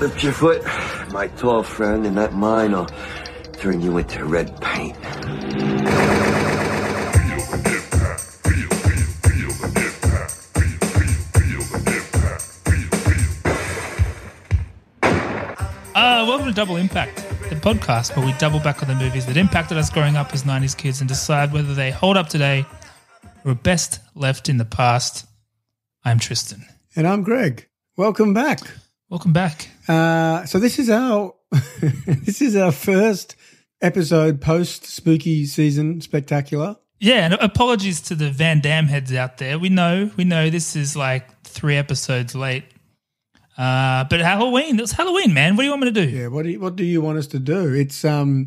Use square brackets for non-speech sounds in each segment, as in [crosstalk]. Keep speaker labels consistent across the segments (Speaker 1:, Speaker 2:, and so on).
Speaker 1: Lift your foot. My tall friend and that mine will turn you into red paint.
Speaker 2: Uh, welcome to Double Impact, the podcast where we double back on the movies that impacted us growing up as 90s kids and decide whether they hold up today or are best left in the past. I'm Tristan.
Speaker 3: And I'm Greg. Welcome back.
Speaker 2: Welcome back.
Speaker 3: Uh, so this is our [laughs] this is our first episode post spooky season spectacular.
Speaker 2: Yeah, and apologies to the Van Dam heads out there. We know, we know this is like three episodes late. Uh, but Halloween, it's Halloween, man. What do you want me to do?
Speaker 3: Yeah, what do you, what do you want us to do? It's um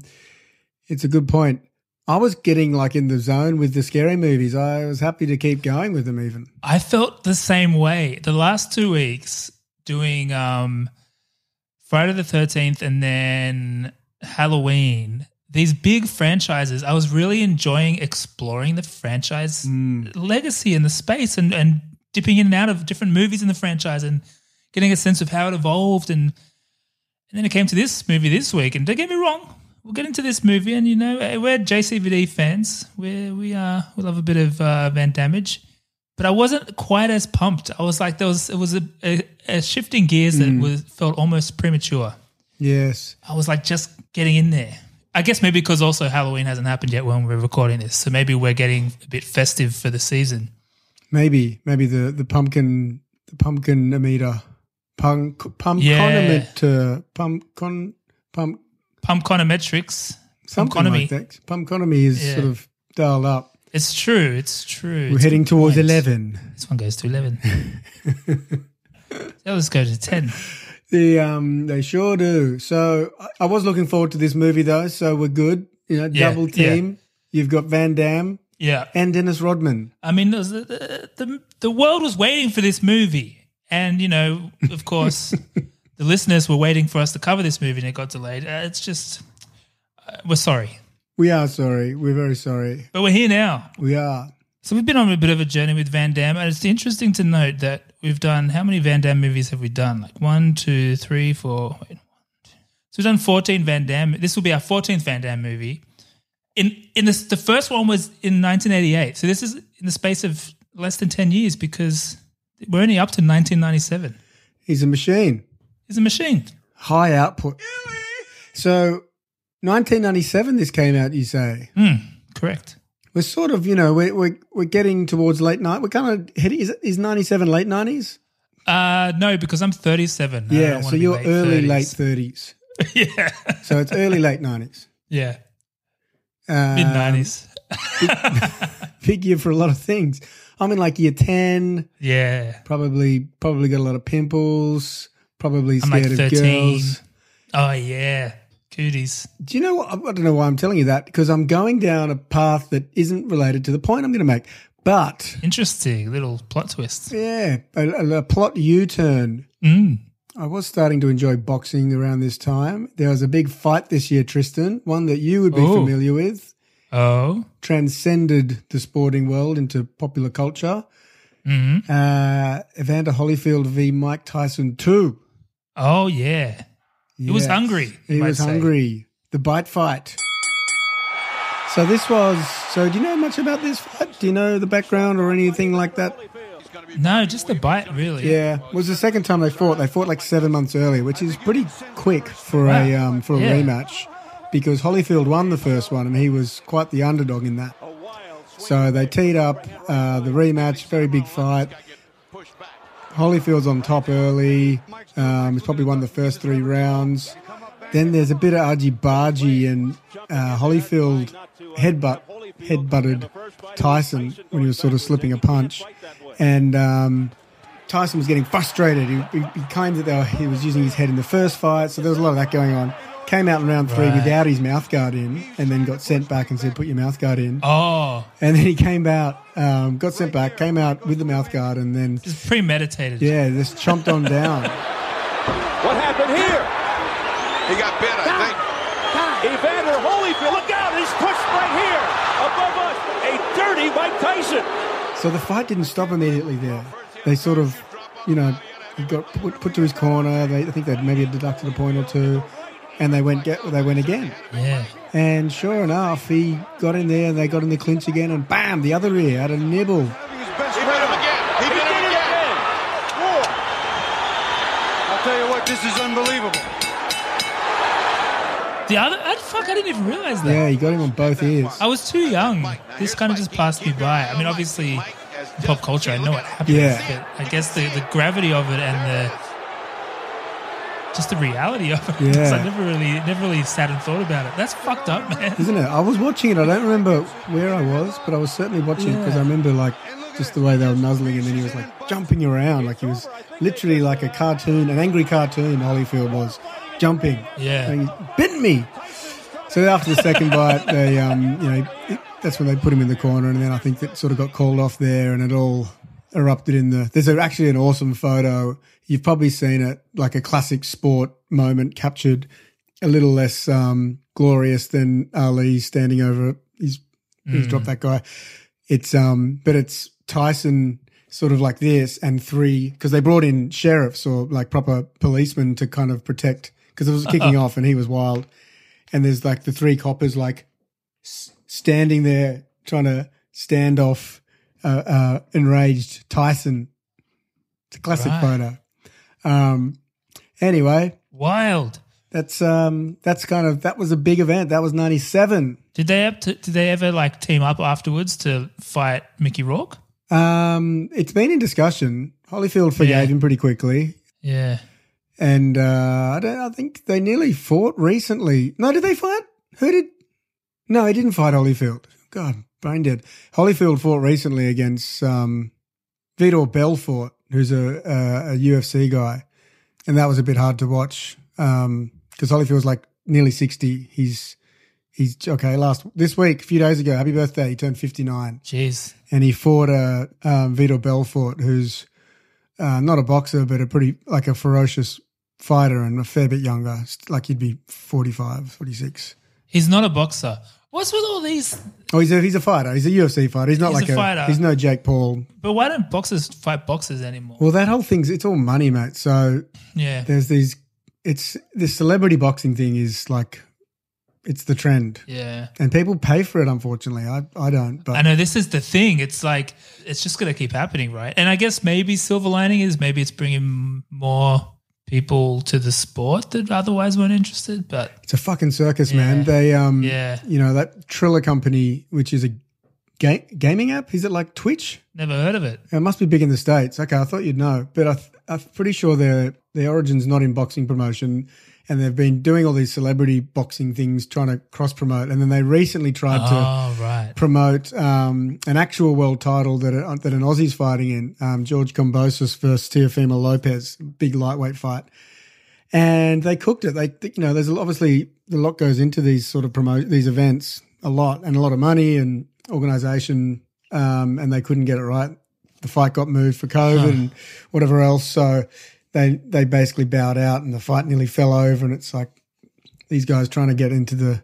Speaker 3: it's a good point. I was getting like in the zone with the scary movies. I was happy to keep going with them even.
Speaker 2: I felt the same way the last two weeks doing um, Friday the 13th and then Halloween. These big franchises, I was really enjoying exploring the franchise legacy and the space and, and dipping in and out of different movies in the franchise and getting a sense of how it evolved. And, and then it came to this movie this week. And don't get me wrong, we'll get into this movie. And, you know, eh, we're JCVD fans. We're, we, uh, we love a bit of uh, Van Damage but I wasn't quite as pumped. I was like, there was it was a, a, a shift in gears that
Speaker 3: Mm.
Speaker 2: was felt almost premature.
Speaker 3: Yes.
Speaker 2: I was like, just getting in there. I guess maybe because also Halloween hasn't happened yet when we're recording this, so maybe we're getting a bit festive for the season.
Speaker 3: Maybe maybe the the pumpkin the pumpkin emeter punk pump
Speaker 2: Yeah.
Speaker 3: condiment pump con pump
Speaker 2: Pumpconometrics,
Speaker 3: something
Speaker 2: Pumpconomy.
Speaker 3: like that. Pump economy is
Speaker 2: Yeah.
Speaker 3: sort of dialed up.
Speaker 2: It's true. It's true.
Speaker 3: We're
Speaker 2: It's a
Speaker 3: heading
Speaker 2: good
Speaker 3: towards
Speaker 2: point.
Speaker 3: eleven.
Speaker 2: This one goes to eleven.
Speaker 3: [laughs]
Speaker 2: so let's go to ten.
Speaker 3: The um, they sure do. So I, I was looking forward to this movie though. So we're good. You know,
Speaker 2: Yeah,
Speaker 3: double
Speaker 2: yeah.
Speaker 3: team. You've got Van Damme
Speaker 2: Yeah.
Speaker 3: and Dennis Rodman.
Speaker 2: I mean, there's- the, the the world was waiting for this movie, and you know, of course, the listeners were waiting for us to cover this movie, and it got delayed. Uh, it's just uh, we're sorry,
Speaker 3: We are sorry. We're very sorry.
Speaker 2: but we're here now.
Speaker 3: We are.
Speaker 2: So we've been on a bit of a journey with Van Damme, and it's interesting to note that we've done how many Van Damme movies have we done? Like one, two, three, four. Wait, one, two. So we've done fourteen Van Damme. This will be our fourteenth Van Damme movie. In in this, the first one was in 1988. So this is in the space of less than ten years because we're only up to 1997.
Speaker 3: He's a machine.
Speaker 2: It's a machine.
Speaker 3: High output. So, 1997. This came out. You say
Speaker 2: Hmm. Correct.
Speaker 3: we're sort of. You know, we're we're, we're getting towards late night. We're kind of heading. Is is 97 late 90s?
Speaker 2: Uh no, because I'm 37. I don't
Speaker 3: yeah.
Speaker 2: wanna
Speaker 3: So
Speaker 2: be
Speaker 3: you're early
Speaker 2: 30s.
Speaker 3: late 30s.
Speaker 2: yeah.
Speaker 3: So it's early late 90s.
Speaker 2: [laughs] Yeah. [laughs]
Speaker 3: Um,
Speaker 2: Mid 90s.
Speaker 3: big year for a lot of things. I'm in like year ten.
Speaker 2: Yeah.
Speaker 3: Probably, probably got a lot of pimples. Probably
Speaker 2: I'm like
Speaker 3: scared of
Speaker 2: 13.
Speaker 3: girls.
Speaker 2: Oh, yeah. Cooties.
Speaker 3: Do you know? What, I don't know why I'm telling you that because I'm going down a path that isn't related to the point I'm going to make. But
Speaker 2: Interesting little plot twist.
Speaker 3: yeah, a, a- a plot U-turn.
Speaker 2: Mm.
Speaker 3: I was starting to enjoy boxing around this time. There was a big fight this year, Tristan. One that you would be
Speaker 2: Ooh.
Speaker 3: familiar with.
Speaker 2: Oh,
Speaker 3: Transcended the sporting world into popular culture.
Speaker 2: Mm-hmm.
Speaker 3: Uh, Evander Holyfield v. Mike Tyson two.
Speaker 2: oh, yeah. He was
Speaker 3: Yes.
Speaker 2: hungry, you
Speaker 3: He
Speaker 2: might
Speaker 3: was
Speaker 2: say.
Speaker 3: hungry. The bite fight. So this was. So do you know much about this fight? Do you know the background or anything like that?
Speaker 2: No, just the bite, really.
Speaker 3: Yeah, it was the second time they fought. They fought like seven months earlier, which is pretty quick for a
Speaker 2: Wow.
Speaker 3: um, for a
Speaker 2: Yeah.
Speaker 3: rematch, because Holyfield won the first one and he was quite the underdog in that. So they teed up uh, the rematch, very big fight. Holyfield's on top early. Um, he's probably won the first three rounds. Then there's a bit of argy bargy and uh, Holyfield headbutt headbutted Tyson when he was sort of slipping a punch, and um, Tyson was getting frustrated. He, he, he claimed that they were, he was using his head in the first fight, so there was a lot of that going on. Came out in round three
Speaker 2: Right.
Speaker 3: without his mouth guard in, and then got sent back and said, "Put your mouth guard in."
Speaker 2: Oh,
Speaker 3: And then he came out, um, got sent back, came out with the mouth guard, and then
Speaker 2: it's premeditated.
Speaker 3: yeah, just chomped on down.
Speaker 4: What happened here?
Speaker 5: He got bit, I think.
Speaker 4: Evander Holyfield, look out, he's pushed right here above us. A dirty Mike Tyson.
Speaker 3: So the fight didn't stop immediately there. They sort of, you know, He got put, put to his corner. They, I think they'd maybe deducted a point or two, and they went get they went again.
Speaker 2: Yeah.
Speaker 3: And sure enough, he got in there. and They got in the clinch again, and bam, the other ear had a nibble.
Speaker 5: He beat him again. He
Speaker 4: He
Speaker 5: beat him
Speaker 4: did it
Speaker 5: again.
Speaker 4: again. Four.
Speaker 6: I'll tell you what, this is unbelievable.
Speaker 2: The other, I, fuck, I didn't even realize that.
Speaker 3: Yeah, he got him on both ears.
Speaker 2: I was too young. This kind of just passed me by. I mean, obviously, in pop culture, I know it happens.
Speaker 3: Yeah.
Speaker 2: But I guess the, the gravity of it and the just the reality of it. 'cause I
Speaker 3: Yeah.
Speaker 2: never really, never really sat and thought about it. That's fucked up, man.
Speaker 3: Isn't it? I was watching it. I don't remember where I was, but I was certainly watching it because I remember like just the way they were nuzzling, and then he was like jumping around, like he was literally like a cartoon, an angry cartoon. Holyfield was jumping.
Speaker 2: Yeah.
Speaker 3: and he bit me. So after the second bite, they, um, you know, it- that's when they put him in the corner, and then I think that sort of got called off there, and it all erupted in the. There's a, actually an awesome photo. You've probably seen it, like a classic sport moment captured, a little less um, glorious than Ali standing over. He's he's dropped that guy. It's um, but it's Tyson sort of like this and three because they brought in sheriffs or like proper policemen to kind of protect because it was kicking off and he was wild, and there's like the three coppers like s- standing there trying to stand off uh, uh, enraged Tyson. It's a classic
Speaker 2: Right.
Speaker 3: photo. Um, anyway,
Speaker 2: Wild.
Speaker 3: that's um, that's kind of that was a big event. That was ninety seven.
Speaker 2: Did they have to, did they ever like team up afterwards to fight Mickey Rourke?
Speaker 3: Um, it's been in discussion. Holyfield forgave
Speaker 2: Yeah.
Speaker 3: him pretty quickly,
Speaker 2: Yeah.
Speaker 3: and uh, I don't. I think they nearly fought recently. No, did they fight? Who did? No, he didn't fight Holyfield. God, brain dead. Holyfield fought recently against um, Vitor Belfort, who's a, a, a UFC guy, and that was a bit hard to watch um, because Holyfield's like nearly sixty. He's he's okay. Last this week, a few days ago, happy birthday. He turned fifty nine
Speaker 2: Jeez.
Speaker 3: and he fought a um, Vitor Belfort, who's uh, not a boxer but a pretty like a ferocious fighter and a fair bit younger, st- like he'd be 45, 46.
Speaker 2: He's not a boxer. What's with all these?
Speaker 3: Oh, he's a he's a fighter. He's a UFC fighter. He's not
Speaker 2: He's
Speaker 3: like
Speaker 2: a
Speaker 3: a,
Speaker 2: fighter.
Speaker 3: he's no Jake Paul.
Speaker 2: But why don't boxers fight boxers anymore?
Speaker 3: Well, that whole thing's it's all money, mate. So
Speaker 2: yeah.
Speaker 3: there's these. It's this celebrity boxing thing is like, it's the trend,
Speaker 2: Yeah.
Speaker 3: and people pay for it. Unfortunately, I I don't. But
Speaker 2: I know this is the thing. It's like it's just going to keep happening, right? And I guess maybe silver lining is maybe it's bringing more people to the sport that otherwise weren't interested. But
Speaker 3: It's a fucking circus,
Speaker 2: Yeah.
Speaker 3: man. They, um,
Speaker 2: Yeah.
Speaker 3: you know, that Triller company, which is a ga- gaming app, is it like Twitch?
Speaker 2: never heard of it.
Speaker 3: It must be big in the States. Okay, I thought you'd know, but I th- I'm pretty sure their, their origin's not in boxing promotion. And they've been doing all these celebrity boxing things, trying to cross promote. And then they recently tried to
Speaker 2: Oh right.
Speaker 3: promote um, an actual world title that uh, that an Aussie's fighting in, um, George Combosis versus Teofimo Lopez, big lightweight fight. And they cooked it. They, you know, there's obviously a lot goes into these sort of promote these events, a lot and a lot of money and organization. Um, and they couldn't get it right. The fight got moved for COVID and whatever else. So they they basically bowed out, and the fight nearly fell over. And it's like these guys trying to get into the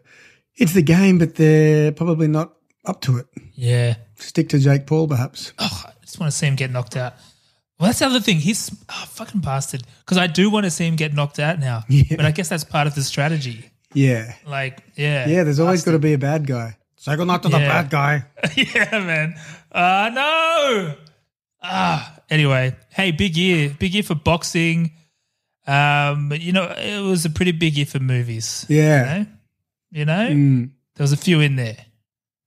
Speaker 3: it's the game, but they're probably not up to it.
Speaker 2: Yeah.
Speaker 3: Stick to Jake Paul, perhaps.
Speaker 2: Oh, I just want to see him get knocked out. Well, that's the other thing. He's oh, fucking bastard. Because I do want to see him get knocked out now.
Speaker 3: [laughs] Yeah.
Speaker 2: But I guess that's part of the strategy.
Speaker 3: Yeah,
Speaker 2: Like, yeah.
Speaker 3: yeah. There's always got to be a bad guy. So I got knocked to
Speaker 2: Yeah.
Speaker 3: guy.
Speaker 2: [laughs] yeah, man. Uh no. Ah, anyway, hey, big year, big year for boxing. Um, but you know, it was a pretty big year for movies.
Speaker 3: Yeah.
Speaker 2: You know, you know?
Speaker 3: Mm,
Speaker 2: there was a few in there.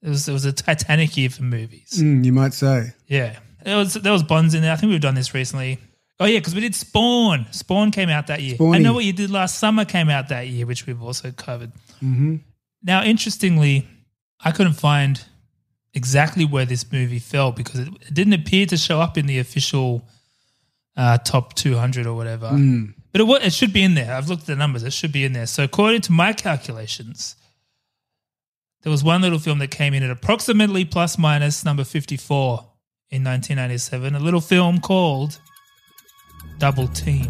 Speaker 2: It was it was a Titanic year for movies.
Speaker 3: mm, you might say.
Speaker 2: Yeah, there was there was Bonds in there. I think we've done this recently. Oh yeah, because we did Spawn. Spawn came out that year. I
Speaker 3: Spawny.
Speaker 2: know what you did last summer came out that year, which we've also covered. Now, interestingly, I couldn't find exactly where this movie fell because it, it didn't appear to show up in the official uh, top 200 or whatever. But it, wa- it should be in there. I've looked at the numbers. It should be in there. So according to my calculations, there was one little film that came in at approximately plus minus number 54 in 1997, a little film called Double Team.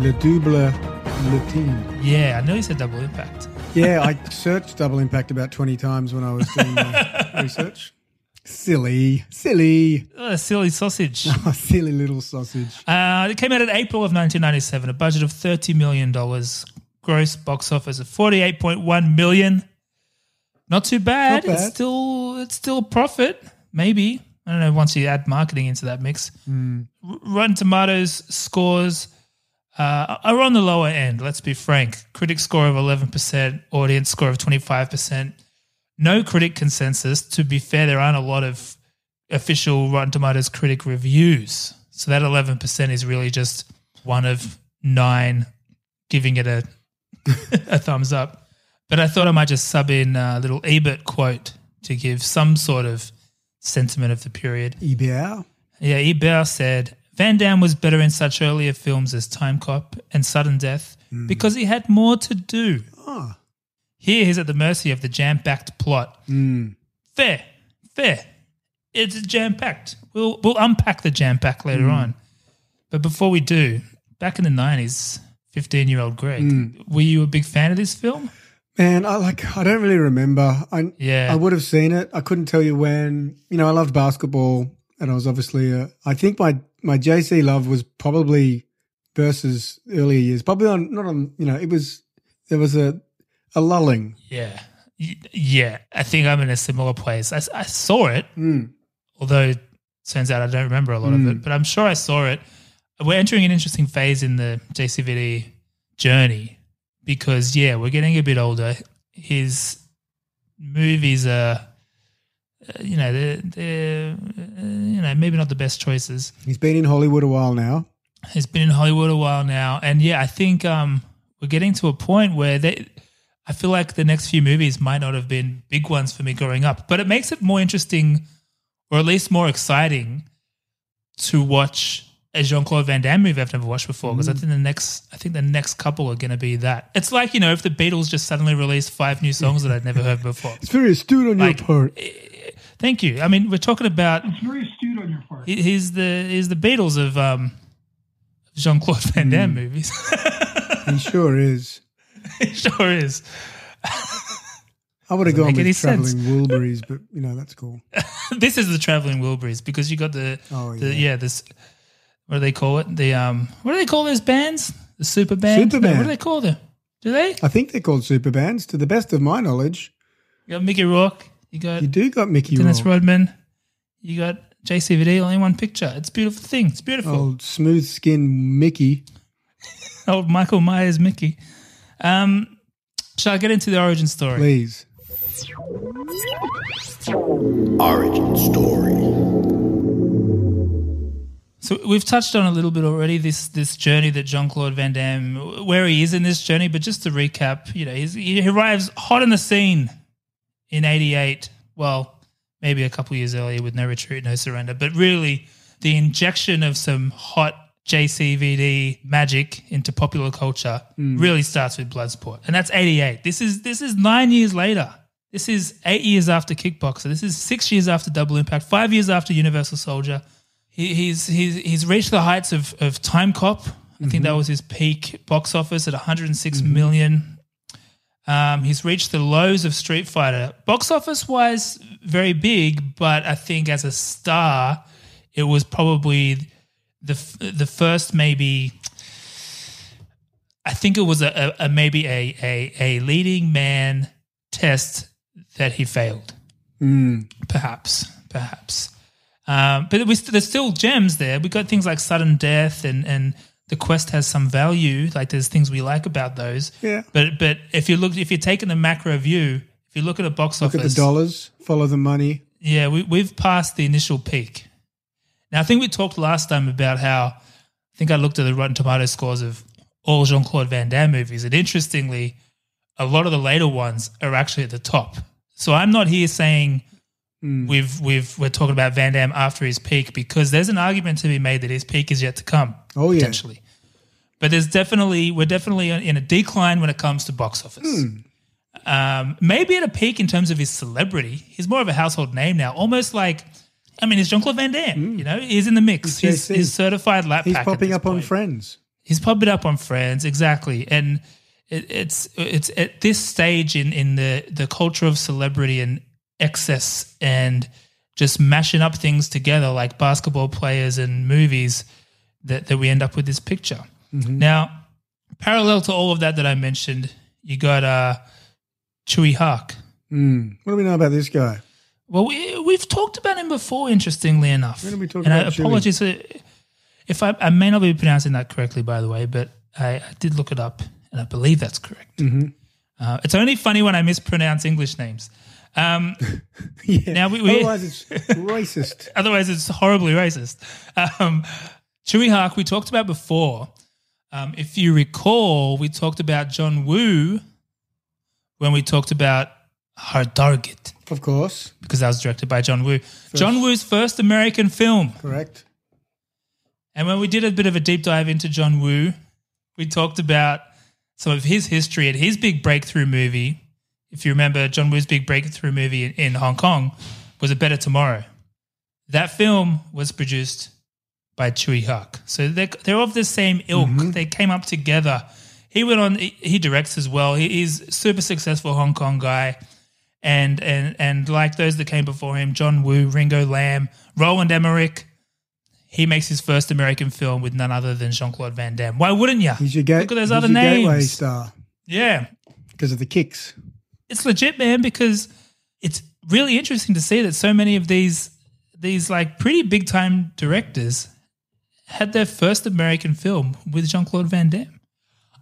Speaker 3: Le double Latin.
Speaker 2: Yeah, I know you said double impact.
Speaker 3: Yeah, I [laughs] searched Double Impact about 20 times when I was doing my research. Silly, silly, [laughs]
Speaker 2: Oh, silly sausage.
Speaker 3: oh, silly little sausage.
Speaker 2: Uh, it came out in April of 1997, a budget of $30 million, gross box office of 48.1 million. Not too bad.
Speaker 3: Not
Speaker 2: It's
Speaker 3: bad.
Speaker 2: still it's still a profit, maybe. I don't know once you add marketing into that mix.
Speaker 3: Hmm.
Speaker 2: R- Rotten Tomatoes scores uh, are on the lower end, let's be frank. Critic score of 11%, audience score of 25%. No critic consensus. To be fair, there aren't a lot of official Rotten Tomatoes critic reviews. So that 11% is really just one of nine giving it a, [laughs] a thumbs up. But I thought I might just sub in a little Ebert quote to give some sort of sentiment of the period.
Speaker 3: Ebert.
Speaker 2: Yeah, Ebert said Van Damme was better in such earlier films as Time Cop and Sudden Death because he had more to do. Here he's at the mercy of the jam packed plot. Fair, fair. It's jam packed. We'll, we'll unpack the jam pack later on. But before we do, back in the 90s, 15 year old Greg, were you a big fan of this film?
Speaker 3: Man, I like. I don't really remember. I
Speaker 2: Yeah.
Speaker 3: I would have seen it. I couldn't tell you when. You know, I loved basketball, and I was obviously. A, I think my my JC love was probably versus earlier years. Probably on not on. You know, it was there was a a lulling.
Speaker 2: Yeah. Y- Yeah. I think I'm in a similar place. I, s- I saw it, although it turns out I don't remember a lot of it, but I'm sure I saw it. We're entering an interesting phase in the JCVD journey because, yeah, we're getting a bit older. His movies are, uh, you know, they're, they're uh, you know, maybe not the best choices.
Speaker 3: He's been in Hollywood a while now.
Speaker 2: He's been in Hollywood a while now, and yeah, I think um, we're getting to a point where they. I feel like the next few movies might not have been big ones for me growing up, but it makes it more interesting, or at least more exciting, to watch a Jean Claude Van Damme movie I've never watched before. Because I think the next, I think the next couple are going to be that. It's like you know, if the Beatles just suddenly released five new songs that I'd never heard before.
Speaker 3: It's very astute on
Speaker 2: Like- eh,
Speaker 3: your part.
Speaker 2: Thank you. I mean, we're talking about
Speaker 7: Very astute on your part.
Speaker 2: He- He's the he's the Beatles of um, Jean Claude Van Damme movies. [laughs]
Speaker 3: He sure is.
Speaker 2: it [laughs] sure is.
Speaker 3: I would have gone
Speaker 2: make any
Speaker 3: with traveling
Speaker 2: sense.
Speaker 3: Wilburys, but you know that's cool.
Speaker 2: This is the traveling Wilburys because you got the,
Speaker 3: Oh,
Speaker 2: the
Speaker 3: yeah.
Speaker 2: yeah this what do they call it the um what do they call those bands the super band
Speaker 3: Super band.
Speaker 2: what do they call them do they
Speaker 3: I think they're called super bands. To the best of my knowledge,
Speaker 2: you got Mickey Rourke you got
Speaker 3: you do got Mickey
Speaker 2: Dennis
Speaker 3: Rourke,
Speaker 2: Rodman you got JCVD all in one picture it's a beautiful thing it's beautiful
Speaker 3: old smooth skin Mickey. Oh.
Speaker 2: old Michael Myers Mickey um shall I get into the origin story
Speaker 3: Please.
Speaker 1: Origin story.
Speaker 2: So we've touched on a little bit already this this journey that Jean Claude Van Damme where he is in this journey, but just to recap, you know, he's, he arrives hot on the scene in '88. Well, maybe a couple years earlier with No Retreat, No Surrender, but really the injection of some hot JCVD magic into popular culture really starts with Bloodsport, and that's '88. This is this is nine years later. This is eight years after Kickboxer. This is six years after Double Impact. Five years after Universal Soldier. He, he's he's he's reached the heights of of Time Cop. I think that was his peak box office at 106 million. Um, he's reached the lows of Street Fighter. Box office wise, very big, but I think as a star, it was probably the f- the first maybe. I think it was a, a, a maybe a, a a leading man test that he failed.
Speaker 3: Hmm.
Speaker 2: Perhaps, perhaps. Um, but we, st- there's still gems there. We got things like sudden death and and the quest has some value. Like there's things we like about those.
Speaker 3: Yeah.
Speaker 2: But but if you look, if you're taking the macro view, if you look at a box
Speaker 3: Look
Speaker 2: office,
Speaker 3: at the dollars, follow the money.
Speaker 2: yeah, we, we've passed the initial peak. Now I think we talked last time about how I think I looked at the Rotten Tomato scores of all Jean Claude Van Damme movies, and interestingly, a lot of the later ones are actually at the top. So I'm not here saying
Speaker 3: Hmm.
Speaker 2: we've we've we're talking about Van Damme after his peak because there's an argument to be made that his peak is yet to come.
Speaker 3: Oh, yeah.
Speaker 2: potentially. But there's definitely we're definitely in a decline when it comes to box
Speaker 3: Hmm.
Speaker 2: office. Um, maybe at a peak in terms of his celebrity, he's more of a household name now. Almost like, I mean, it's Jean Claude Van Damme. You know, he's in the mix.
Speaker 3: Mm. He's
Speaker 2: He's,
Speaker 3: JC.
Speaker 2: he's certified lap.
Speaker 3: He's
Speaker 2: pack at
Speaker 3: popping
Speaker 2: this
Speaker 3: up on
Speaker 2: point.
Speaker 3: Friends.
Speaker 2: He's popped it up on Friends, exactly. And it, it's it's at this stage in in the the culture of celebrity and excess and just mashing up things together like basketball players and movies that that we end up with this picture. Now, parallel to all of that that I mentioned, you got uh, Chewy Huck.
Speaker 3: What do we know about this guy? [laughs]
Speaker 2: Well, we, we've talked about him before, interestingly enough.
Speaker 3: When did we talk
Speaker 2: and
Speaker 3: about
Speaker 2: I,
Speaker 3: Chewy?
Speaker 2: apologies for, if I, I may not be pronouncing that correctly, by the way, but I, I did look it up and I believe that's correct.
Speaker 3: Mm-hmm.
Speaker 2: Uh, it's only funny when I mispronounce English names. Um, [laughs]
Speaker 3: yeah.
Speaker 2: Now we- we-
Speaker 3: Otherwise,
Speaker 2: [laughs]
Speaker 3: it's racist.
Speaker 2: Otherwise, it's horribly racist. Um, Chewy Hark, we talked about before. Um, if you recall, we talked about John Woo when we talked about Hard Target
Speaker 3: Of course.
Speaker 2: because that was directed by John Woo. John Woo's first American film.
Speaker 3: Correct.
Speaker 2: And when we did a bit of a deep dive into John Woo, we talked about some of his history and his big breakthrough movie. If you remember, John Woo's big breakthrough movie in, in Hong Kong was A Better Tomorrow. That film was produced by Chewy Huck. So they're, they're of the same ilk.
Speaker 3: Mm-hmm.
Speaker 2: They came up together. He went on, he he directs as well. He, he's a super successful Hong Kong guy. And, and, and like those that came before him, John Woo, Ringo Lamb, Roland Emmerich, he makes his first American film with none other than Jean Claude Van Damme. Why wouldn't you?
Speaker 3: He's your, ga-
Speaker 2: Look at those
Speaker 3: he's
Speaker 2: other
Speaker 3: your gateway
Speaker 2: names.
Speaker 3: star
Speaker 2: Yeah,
Speaker 3: because of the kicks.
Speaker 2: it's legit, man. Because it's really interesting to see that so many of these these like pretty big time directors had their first American film with Jean Claude Van Damme.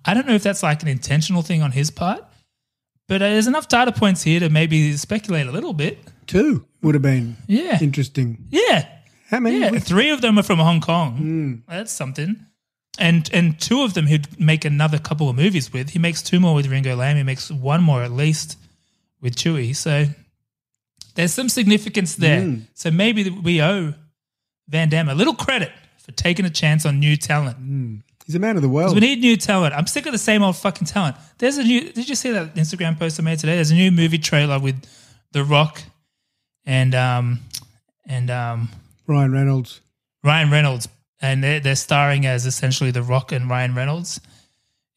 Speaker 2: I don't know if that's like an intentional thing on his part, but uh, there's enough data points here to maybe speculate a little bit.
Speaker 3: Two would have been
Speaker 2: Yeah,
Speaker 3: interesting.
Speaker 2: yeah.
Speaker 3: How many? [laughs]
Speaker 2: Yeah,
Speaker 3: would-
Speaker 2: three of them are from Hong Kong. That's something. And and two of them he'd make another couple of movies with. He makes two more with Ringo Lam. He makes one more at least with Chewie. So there's some significance there. So maybe that we owe Van Damme a little credit for taking a chance on new talent.
Speaker 3: He's a man of the world.
Speaker 2: We need new talent. I'm sick of the same old fucking talent. There's a new. Did you see that Instagram post I made today? There's a new movie trailer with The Rock and um and um
Speaker 3: Ryan Reynolds.
Speaker 2: Ryan Reynolds, and they're, they're starring as essentially The Rock and Ryan Reynolds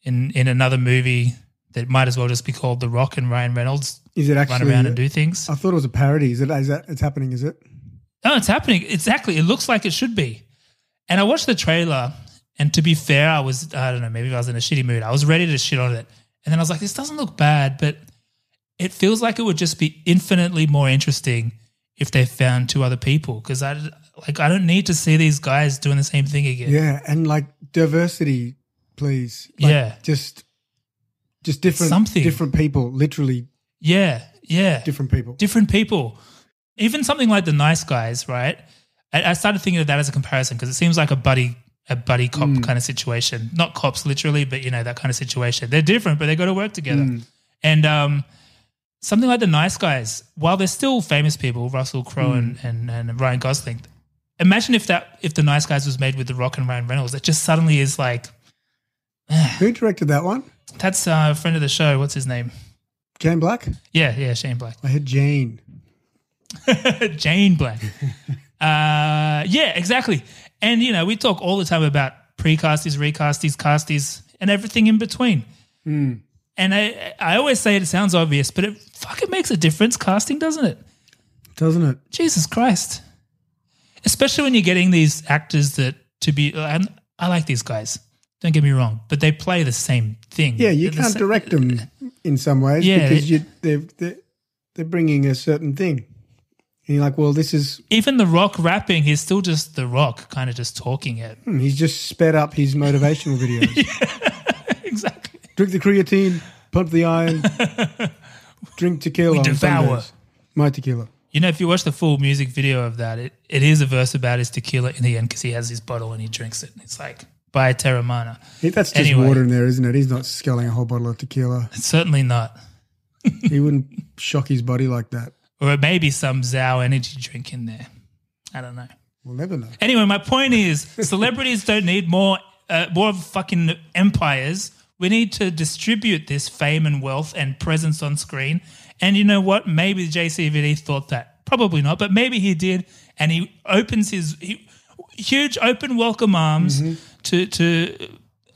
Speaker 2: in in another movie that might as well just be called The Rock and Ryan Reynolds
Speaker 3: Is it actually? uh,
Speaker 2: run around and do things.
Speaker 3: I thought it was a parody. Is it? Is that? It's happening. Is it?
Speaker 2: No, it's happening. Exactly. It looks like it should be. And I watched the trailer, and to be fair, I was, I don't know, maybe I was in a shitty mood. I was ready to shit on it. And then I was like, this doesn't look bad, but it feels like it would just be infinitely more interesting if they found two other people. Cause I, like, I don't need to see these guys doing the same thing again.
Speaker 3: Yeah, and like diversity, please. Like,
Speaker 2: Yeah.
Speaker 3: just just different
Speaker 2: Something.
Speaker 3: different people, literally
Speaker 2: Yeah, yeah.
Speaker 3: different people.
Speaker 2: Different people. Even something like the Nice Guys, right? I, I started thinking of that as a comparison because it seems like a buddy, a buddy cop kind of situation. Not cops literally, but you know that kind of situation. They're different, but they got to work together. And um, something like the Nice Guys, while they're still famous people, Russell Crowe and, and and Ryan Gosling. Imagine if that if the Nice Guys was made with The Rock and Ryan Reynolds. It just suddenly is like
Speaker 3: Who directed that one?
Speaker 2: that's uh, a friend of the show. What's his name?
Speaker 3: Jane Black?
Speaker 2: Yeah, yeah, Shane Black.
Speaker 3: I had Jane.
Speaker 2: [laughs] Jane
Speaker 3: [laughs]
Speaker 2: Black. uh, yeah, exactly. And you know, we talk all the time about precasties, recasties, casties, and everything in between.
Speaker 3: Hmm.
Speaker 2: And I, I always say it sounds obvious, but it fucking makes a difference casting, doesn't it?
Speaker 3: Doesn't it?
Speaker 2: Jesus Christ. Especially when you're getting these actors that to be, and I like these guys. Don't get me wrong, but they play the same thing.
Speaker 3: Yeah, you
Speaker 2: They're the
Speaker 3: can't
Speaker 2: sa-
Speaker 3: direct them in some ways
Speaker 2: Yeah,
Speaker 3: because
Speaker 2: they-
Speaker 3: you, they're, they're they're bringing a certain thing, and you're like, well, this is
Speaker 2: Even The Rock rapping, he's still just The Rock, kind of just talking it.
Speaker 3: hmm, he's just sped up his motivational videos.
Speaker 2: [laughs] exactly.
Speaker 3: Drink the creatine, pump
Speaker 2: [laughs]
Speaker 3: the iron, drink tequila.
Speaker 2: We
Speaker 3: on
Speaker 2: devour.
Speaker 3: Sundays. my tequila.
Speaker 2: You know, if you watch the full music video of that, it, it is a verse about his tequila in the end because he has his bottle and he drinks it. And it's like, by Terramana.
Speaker 3: He- That's just
Speaker 2: Anyway.
Speaker 3: water in there, isn't it? He's not sculling a whole bottle of tequila.
Speaker 2: It's certainly not. [laughs]
Speaker 3: He wouldn't shock his body like that.
Speaker 2: Or it may be some Zao energy drink in there. I don't know.
Speaker 3: We'll never know.
Speaker 2: Anyway, my point is celebrities don't need more, uh, more of fucking empires. We need to distribute this fame and wealth and presence on screen. And you know what? Maybe JCVD thought that. Probably not, but maybe he did. And he opens his he, huge open welcome arms to to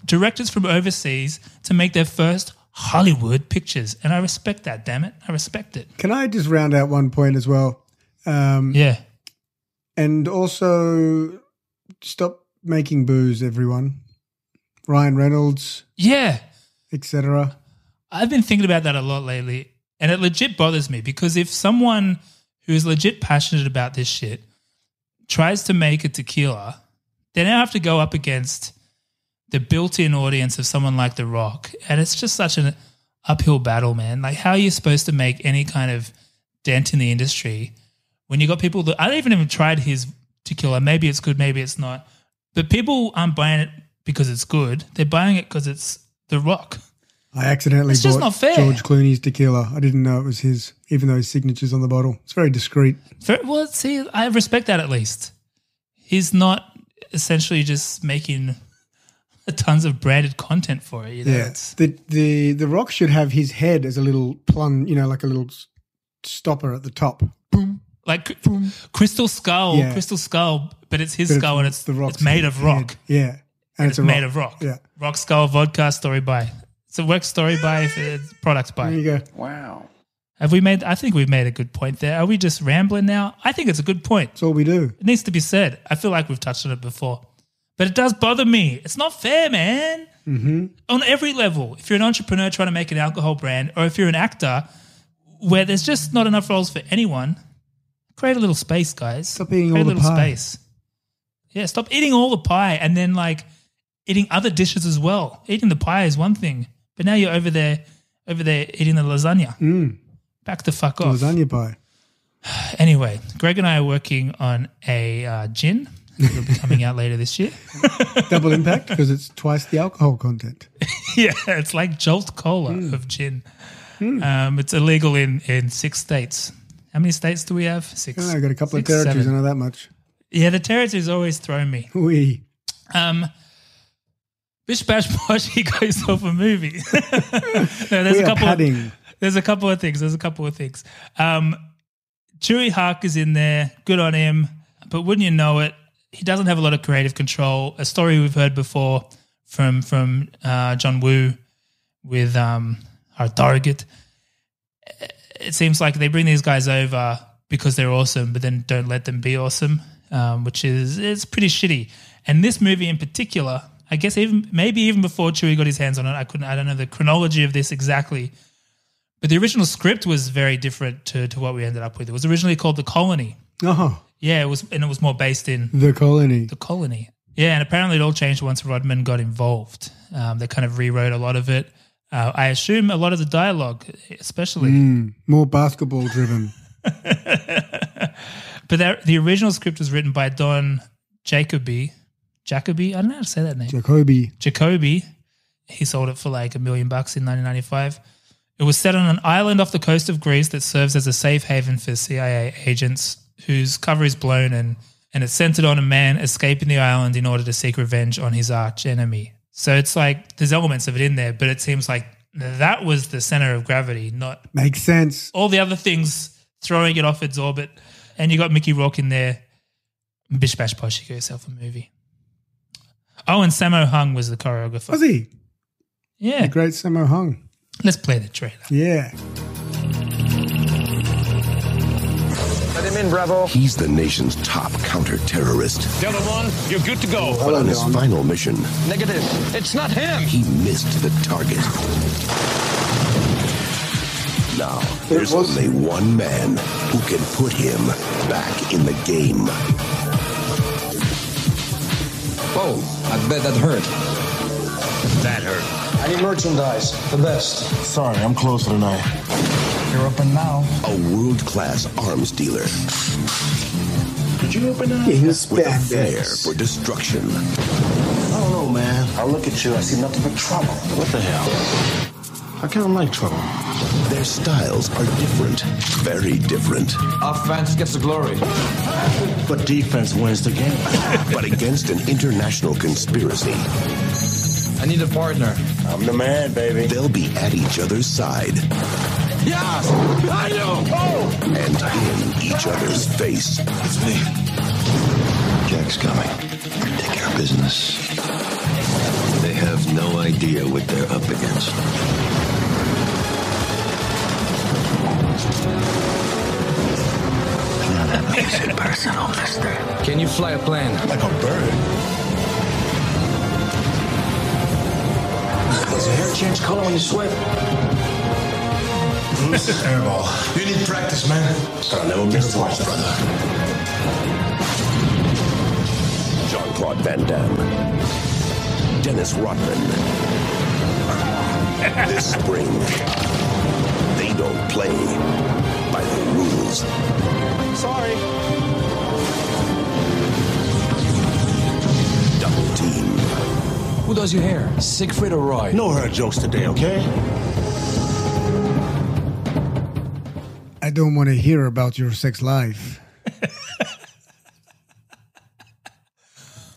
Speaker 2: directors from overseas to make their first Hollywood pictures. And I respect that, damn it. I respect it.
Speaker 3: Can I just round out one point as well? Um,
Speaker 2: Yeah.
Speaker 3: And also, stop making booze, everyone. Ryan Reynolds,
Speaker 2: Yeah.
Speaker 3: etc.
Speaker 2: I've been thinking about that a lot lately, and it legit bothers me because if someone who is legit passionate about this shit tries to make a tequila, they now have to go up against the built-in audience of someone like The Rock, and it's just such an uphill battle, man. Like, how are you supposed to make any kind of dent in the industry when you got people that I haven't even tried his tequila? Maybe it's good, maybe it's not, but people aren't buying it because it's good; they're buying it because it's The Rock.
Speaker 3: I accidentally
Speaker 2: It's
Speaker 3: bought
Speaker 2: just not fair.
Speaker 3: George Clooney's tequila. I didn't know it was his, even though his signature's on the bottle. It's very discreet.
Speaker 2: Fair, well, see, I respect that at least. He's not essentially just making [laughs] tons of branded content for it. You know?
Speaker 3: Yeah,
Speaker 2: It's-
Speaker 3: the the the rock should have his head as a little plun, you know, like a little s- stopper at the top. Boom.
Speaker 2: like cr- Crystal Skull,
Speaker 3: Yeah.
Speaker 2: Crystal Skull, but it's his
Speaker 3: But
Speaker 2: skull and it's the rock. It's made of rock.
Speaker 3: Yeah, and,
Speaker 2: It's, made of rock.
Speaker 3: Yeah,
Speaker 2: Rock Skull Vodka Story by. It's a work story by. It's product
Speaker 3: there you
Speaker 2: by.
Speaker 3: go.
Speaker 2: Have we made? I think we've made a good point there. Are we just rambling now? I think it's a good point.
Speaker 3: That's all we do.
Speaker 2: It needs to be said. I feel like we've touched on it before, but it does bother me. It's not fair, man. Mm-hmm. On every level, if you're an entrepreneur trying to make an alcohol brand, or if you're an actor, where there's just not enough roles for anyone, create a little space, guys.
Speaker 3: Stop eating
Speaker 2: create
Speaker 3: all
Speaker 2: a
Speaker 3: the
Speaker 2: little
Speaker 3: pie.
Speaker 2: space. Yeah, stop eating all the pie and then like eating other dishes as well. Eating the pie is one thing, but now you're over there, over there eating the lasagna. Back the fuck off.
Speaker 3: Mm. Lasagna pie.
Speaker 2: Anyway, Greg and I are working on a uh, gin. It'll be coming out later
Speaker 3: [laughs]
Speaker 2: this year.
Speaker 3: Double impact because it's twice the
Speaker 2: [laughs]
Speaker 3: alcohol content.
Speaker 2: yeah, it's like Jolt Cola
Speaker 3: Hmm.
Speaker 2: of gin. Um, it's illegal in, in six states. How many states do we have? Six.
Speaker 3: I got a couple
Speaker 2: Six,
Speaker 3: of territories.
Speaker 2: seven.
Speaker 3: I know that much.
Speaker 2: Yeah, the territories always throw me.
Speaker 3: We
Speaker 2: Um, Bish Bash Bosh, [laughs] he goes off a movie. [laughs] no, there's
Speaker 3: we
Speaker 2: a
Speaker 3: are
Speaker 2: couple.
Speaker 3: padding.
Speaker 2: There's a couple of things. There's a couple of things. Um, Chewy Hark is in there. Good on him. But wouldn't you know it, he doesn't have a lot of creative control. A story we've heard before from from uh, John Woo with um, our target. It seems like they bring these guys over because they're awesome, but then don't let them be awesome, um, which is it's pretty shitty. And this movie in particular, I guess even maybe even before Chewie got his hands on it, I couldn't. I don't know the chronology of this exactly, but the original script was very different to, to what we ended up with. It was originally called The Colony.
Speaker 3: Oh,
Speaker 2: Yeah, it was, and it was more based in
Speaker 3: the colony.
Speaker 2: the colony. Yeah, and apparently it all changed once Rodman got involved. Um, they kind of rewrote a lot of it. Uh, I assume a lot of the dialogue, especially.
Speaker 3: More basketball driven.
Speaker 2: But that, the original script was written by Don Jacoby. Jacoby? I don't know how to say that name.
Speaker 3: Jacoby.
Speaker 2: Jacoby. He sold it for like a million bucks in 1995. It was set on an island off the coast of Greece that serves as a safe haven for CIA agents whose cover is blown and, and it's centered on a man escaping the island in order to seek revenge on his arch enemy. So it's like there's elements of it in there, but it seems like that was the center of gravity, not
Speaker 3: Makes sense.
Speaker 2: all the other things throwing it off its orbit. And you got Mickey Rourke in there. Bish bash bosh, you got yourself a movie. Oh, and Sammo Hung was the choreographer.
Speaker 3: Was he?
Speaker 2: Yeah.
Speaker 3: The great Sammo Hung.
Speaker 2: Let's play the trailer.
Speaker 3: Yeah.
Speaker 1: He's the nation's top counter-terrorist.
Speaker 4: Delta One, you're good to go.
Speaker 1: But on his final mission,
Speaker 5: Negative. It's not him.
Speaker 1: he missed the target. Now, there's only one man who can put him back in the game.
Speaker 7: Oh, I bet that hurt.
Speaker 1: That hurt.
Speaker 7: I need merchandise, the best. Sorry, I'm closer tonight. You're up and now.
Speaker 1: A world-class arms dealer
Speaker 3: He's
Speaker 1: with a
Speaker 3: back.
Speaker 1: flair for destruction.
Speaker 7: I don't know, man. I look at you, I see nothing but trouble. What the hell? I kind of like trouble.
Speaker 1: Their styles are different, very different.
Speaker 7: Offense gets the glory. But defense wins the game.
Speaker 1: [laughs] But against an international conspiracy,
Speaker 7: I need a partner. I'm the man, baby.
Speaker 1: they'll be at each other's side
Speaker 7: Yes! I know! Oh!
Speaker 1: and in each other's face.
Speaker 7: It's me. Jack's coming. Take care of business. They
Speaker 1: have no idea what they're up against. Now that makes it personal, mister.
Speaker 5: Can you fly a plane?
Speaker 7: Like a bird. Does your hair change color when you sweat? This is terrible. You need practice, man. So I never miss watch, brother.
Speaker 8: Jean Claude Van Damme, Dennis Rodman. this spring, they don't play by the rules.
Speaker 4: Sorry.
Speaker 8: Double team.
Speaker 5: Who does your hair? Siegfried or Roy?
Speaker 7: No her jokes today, okay?
Speaker 3: I don't want to hear about your sex life.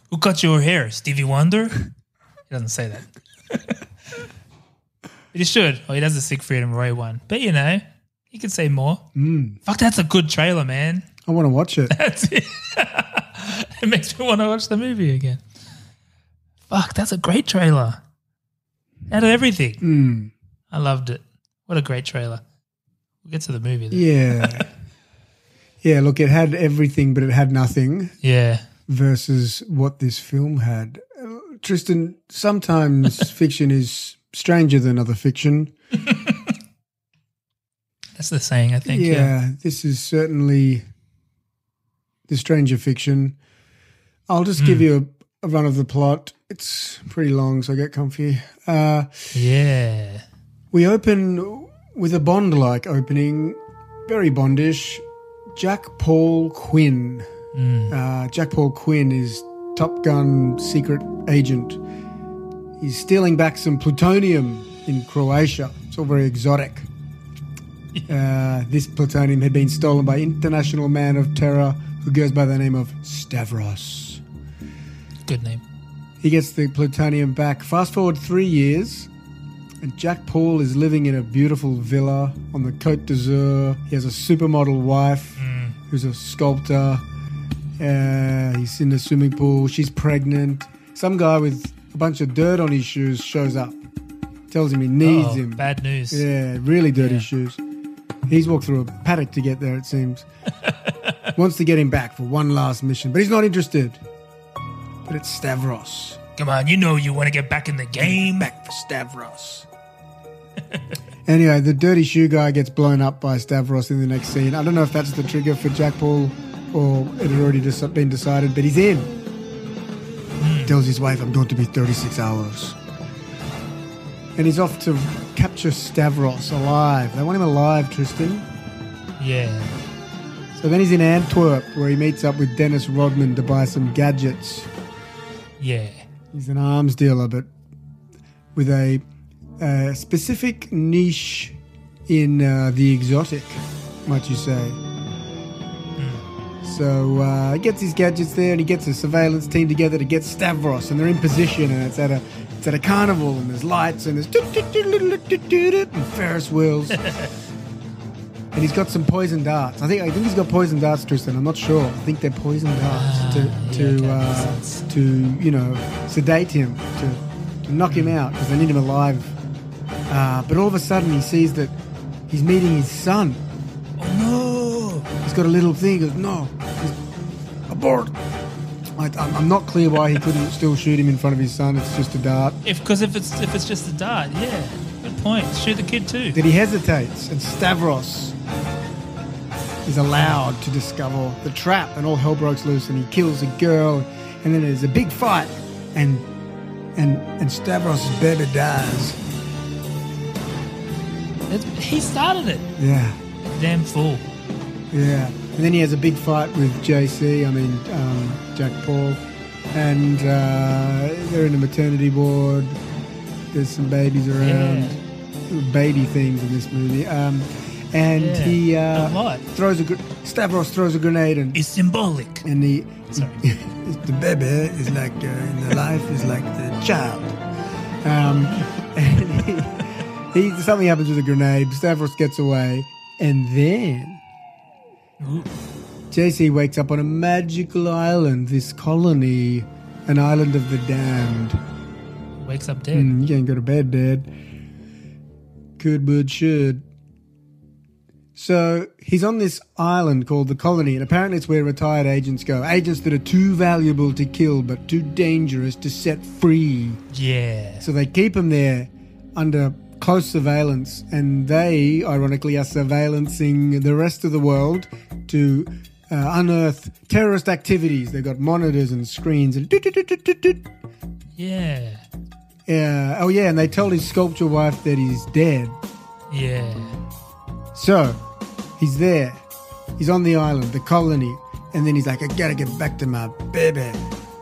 Speaker 2: Who cut your hair? Stevie Wonder? He doesn't say that. [laughs] but he should. Well, he does the Siegfried and Roy one. But you know, he could say more. Fuck, that's a good trailer, man. [laughs]
Speaker 3: I want to watch it.
Speaker 2: That's it. it makes me want to watch the movie again. Fuck, that's a great trailer. Out of everything. I loved it. What a great trailer. We'll get to the movie then.
Speaker 3: Yeah. Yeah, look, it had everything, but it had nothing
Speaker 2: Yeah.
Speaker 3: versus what this film had. Uh, Tristan, sometimes fiction is stranger than other fiction.
Speaker 2: That's the saying, I think. Yeah.
Speaker 3: yeah, this is certainly the stranger fiction. I'll just give you a, a run of the plot. It's pretty long, so get comfy. Uh,
Speaker 2: Yeah.
Speaker 3: We open with a Bond like opening, very Bondish. Jack Paul Quinn. Uh, Jack Paul Quinn is Top Gun secret agent. He's stealing back some plutonium in Croatia. It's all very exotic. Uh, this plutonium had been stolen by international man of terror who goes by the name of Stavros.
Speaker 2: Good name.
Speaker 3: He gets the plutonium back. Fast forward three years, and Jack Paul is living in a beautiful villa on the Côte d'Azur. He has a supermodel wife
Speaker 2: Mm.
Speaker 3: who's a sculptor. Uh, he's in the swimming pool. She's pregnant. Some guy with a bunch of dirt on his shoes shows up, tells him he needs
Speaker 2: Oh,
Speaker 3: him.
Speaker 2: Bad news.
Speaker 3: Yeah, really dirty
Speaker 2: Yeah.
Speaker 3: shoes. He's walked through a paddock to get there,
Speaker 2: [laughs]
Speaker 3: it seems. Wants to get him back for one last mission, but he's not interested. But it's Stavros.
Speaker 2: Come on, you know you want to get back in the game.
Speaker 3: back for Stavros. [laughs] anyway, the dirty shoe guy gets blown up by Stavros in the next scene. I don't know if that's the trigger for Jack Paul or it had already deci- been decided, but he's in. Tells his wife, I'm going to be 36 hours. And he's off to capture Stavros alive. They want him alive, Tristan.
Speaker 2: Yeah.
Speaker 3: So then he's in Antwerp, where he meets up with Dennis Rodman to buy some gadgets.
Speaker 2: Yeah.
Speaker 3: He's an arms dealer, but with a, uh specific niche in uh, the exotic, might you say. So uh, he gets his gadgets there, and he gets a surveillance team together to get Stavros, and they're in position, and it's at a it's at a carnival, and there's lights, and there's doot, doot, doot, doot, doot, doot, doot, and Ferris wheels, and he's got some poison darts. I think I think he's got poison darts, Tristan. I'm not sure. I think they're poison darts to to
Speaker 2: Ah, okay, makes
Speaker 3: uh,
Speaker 2: sense.
Speaker 3: to you know sedate him, to, to knock
Speaker 2: Hmm.
Speaker 3: him out because they need him alive. Uh, but all of a sudden, he sees that he's meeting his son.
Speaker 2: Oh no.
Speaker 3: He's got a little thing. He goes, no, He's- abort. I, I'm I'm not clear why he couldn't still shoot him in front of his son. It's just a dart.
Speaker 2: If because if it's if it's just a dart, yeah. Good point. Shoot the kid too.
Speaker 3: That he hesitates, and Stavros is allowed to discover the trap, and all hell breaks loose, and he kills a girl, and then there's a big fight, and and and Stavros' baby dies.
Speaker 2: It's, he started it.
Speaker 3: Yeah,
Speaker 2: Damn fool.
Speaker 3: yeah. And then he has a big fight with JC. I mean um, Jack Paul, and uh, they're in a maternity ward. There's some babies around.
Speaker 2: Yeah.
Speaker 3: Baby themes in this movie. Um, and
Speaker 2: Yeah,
Speaker 3: he
Speaker 2: a lot.
Speaker 3: uh, throws a gr- Stavros throws a grenade and
Speaker 2: It's symbolic.
Speaker 3: and the
Speaker 2: Sorry.
Speaker 3: [laughs] the baby is like uh, in the life is like the child. Um, [laughs] and he, he, something happens with the grenade. Stavros gets away, and then
Speaker 2: Ooh.
Speaker 3: JC wakes up on a magical island. This colony, an island of the damned,
Speaker 2: wakes up dead.
Speaker 3: Mm, you can't go to bed, Dad. Could, would, should. So he's on this island called the Colony, and apparently it's where retired agents go. Agents that are too valuable to kill but too dangerous to set free.
Speaker 2: Yeah.
Speaker 3: So they keep him there under close surveillance, and they, ironically, are surveillancing the rest of the world to uh, unearth terrorist activities. They've got monitors and screens and doot, doot, doot, doot, doot, doot.
Speaker 2: Yeah.
Speaker 3: Uh, oh yeah, and they told his sculpture wife that he's dead.
Speaker 2: Yeah.
Speaker 3: So he's there. He's on the island, the colony, and then he's like, "I gotta get back to my baby."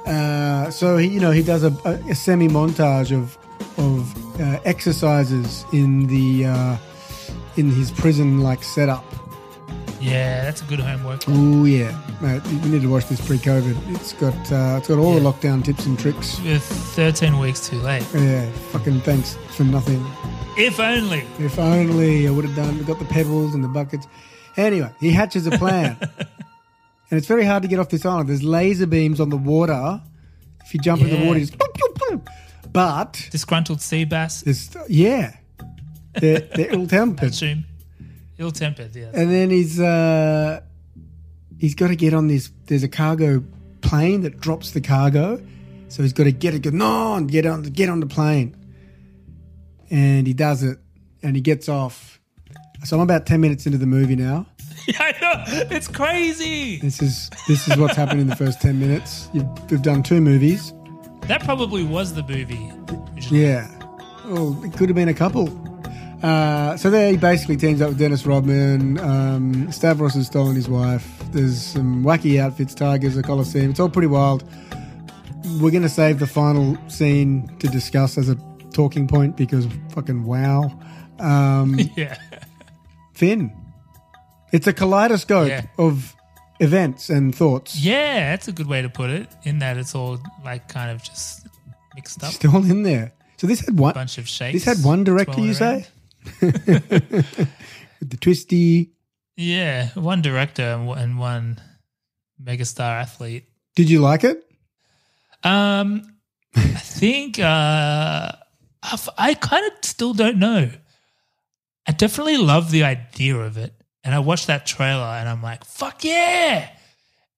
Speaker 3: Uh, so he, you know, he does a, a, a semi montage of of uh, exercises in the uh, in his prison like setup.
Speaker 2: Yeah. That's a good homework.
Speaker 3: Oh yeah, mate, we need to watch this pre COVID. It's got uh, it's got all the
Speaker 2: Yeah.
Speaker 3: lockdown tips and tricks.
Speaker 2: We're 13 weeks too late.
Speaker 3: Yeah, fucking thanks for nothing.
Speaker 2: If only.
Speaker 3: If only I would have done, got the pebbles and the buckets. Anyway, he hatches a plan. and it's very hard to get off this island. There's laser beams on the water. If you jump in the
Speaker 2: Yeah.
Speaker 3: water, you just. boop, boop, boop. But,
Speaker 2: Disgruntled sea bass.
Speaker 3: there's, yeah, they're, they're ill tempered.
Speaker 2: Assume. Ill tempered, yeah. [laughs]
Speaker 3: And then he's uh, he's got to get on this. There's a cargo plane that drops the cargo, so he's got to get it. Go, no, and get on, get on the plane. And he does it, and he gets off. So I'm about ten minutes into the movie now.
Speaker 2: yeah. I know. It's crazy.
Speaker 3: This is this is what's happened in the first ten minutes. You've, we've done two movies.
Speaker 2: That probably was the movie.
Speaker 3: Yeah. Oh, it could have been a couple. Uh, so there he basically teams up with Dennis Rodman. Um, Stavros has stolen his wife. There's some wacky outfits, tigers, a coliseum. It's all pretty wild. We're going to save the final scene to discuss as a talking point because fucking wow. Um,
Speaker 2: [laughs] Yeah.
Speaker 3: Finn. It's a kaleidoscope
Speaker 2: Yeah.
Speaker 3: of events and thoughts.
Speaker 2: Yeah, that's a good way to put it. In that it's all like kind of just mixed up.
Speaker 3: Still in there. So this had one.
Speaker 2: bunch of shapes.
Speaker 3: This had one director, you
Speaker 2: twirling around.
Speaker 3: say? With [laughs] the twisty.
Speaker 2: Yeah, one director and one- and one megastar athlete.
Speaker 3: Did you like it?
Speaker 2: Um, I think uh, I've- I kind of still don't know. I definitely love the idea of it, and I watched that trailer, and I'm like, "Fuck yeah!"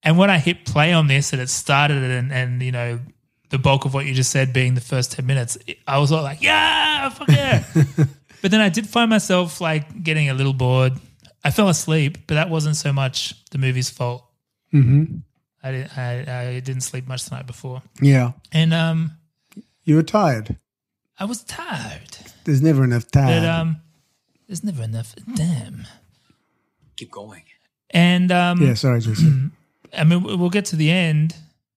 Speaker 2: And when I hit play on this, and it started, and and you know, the bulk of what you just said being the first ten minutes, it- I was all like, "Yeah, fuck yeah!" but then I did find myself like getting a little bored. I fell asleep, but that wasn't so much the movie's fault. Mm-hmm. I didn't. I, I didn't sleep much the night before.
Speaker 3: Yeah.
Speaker 2: And um,
Speaker 3: You were tired.
Speaker 2: I was tired.
Speaker 3: There's never enough time.
Speaker 2: But um, there's never enough. Damn.
Speaker 5: Keep going.
Speaker 2: And um,
Speaker 3: yeah, sorry,
Speaker 2: [clears throat]
Speaker 3: Jason.
Speaker 2: I mean, we- we'll get to the end,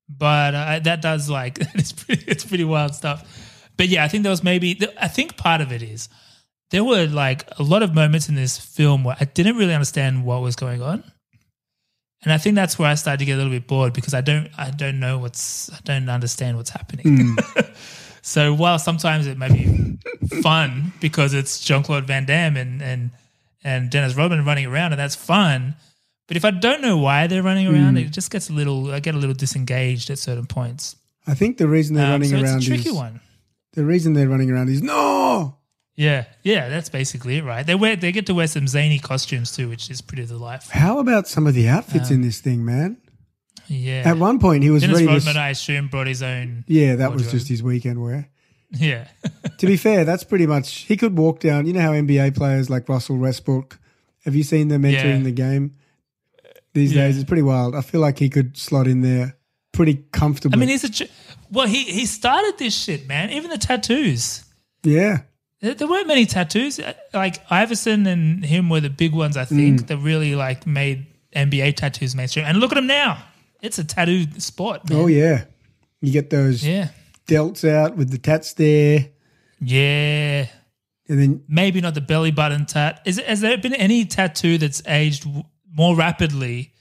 Speaker 2: but uh, that does like [laughs] it's pretty, it's pretty wild stuff. But yeah, I think there was maybe th- I think part of it is there were like a lot of moments in this film where I didn't really understand what was going on, and I think that's where I started to get a little bit bored because I don't I don't know what's I don't understand what's happening. [laughs] so while sometimes it may be fun because it's Jean Claude Van Damme and and and Dennis Rodman running around and that's fun. But if I don't know why they're running around,
Speaker 3: Hmm.
Speaker 2: it just gets a little. I get a little disengaged at certain points.
Speaker 3: I think the reason they're
Speaker 2: Um,
Speaker 3: running
Speaker 2: so
Speaker 3: around
Speaker 2: it's a tricky
Speaker 3: is
Speaker 2: one.
Speaker 3: the reason they're running around is no.
Speaker 2: Yeah, yeah, that's basically it, right? They wear, they get to wear some zany costumes too, which is pretty delightful.
Speaker 3: How about some of the outfits in this thing, man?
Speaker 2: Yeah.
Speaker 3: At one point, he was
Speaker 2: Dennis
Speaker 3: ready. to s-
Speaker 2: Rodman, I assume, brought his own.
Speaker 3: yeah, that was
Speaker 2: Wardrobe.
Speaker 3: just his weekend wear.
Speaker 2: Yeah, [laughs]
Speaker 3: to be fair, that's pretty much he could walk down. You know how NBA players like Russell Westbrook. Have you seen them entering
Speaker 2: Yeah.
Speaker 3: the game these
Speaker 2: Yeah.
Speaker 3: days? It's pretty wild. I feel like he could slot in there pretty comfortably.
Speaker 2: I mean, he's a ch- well. He he started this shit, man. Even the tattoos.
Speaker 3: yeah,
Speaker 2: There, there weren't many tattoos. Uh, Like Iverson and him were the big ones,
Speaker 3: Hmm.
Speaker 2: I think, that really like made NBA tattoos mainstream. And look at him now. It's a tattoo sport. Man.
Speaker 3: oh yeah. You get those
Speaker 2: Yeah.
Speaker 3: delts out with the tats there,
Speaker 2: Yeah.
Speaker 3: and then
Speaker 2: Maybe not the belly button tat. Is has there been any tattoo that's aged w- more rapidly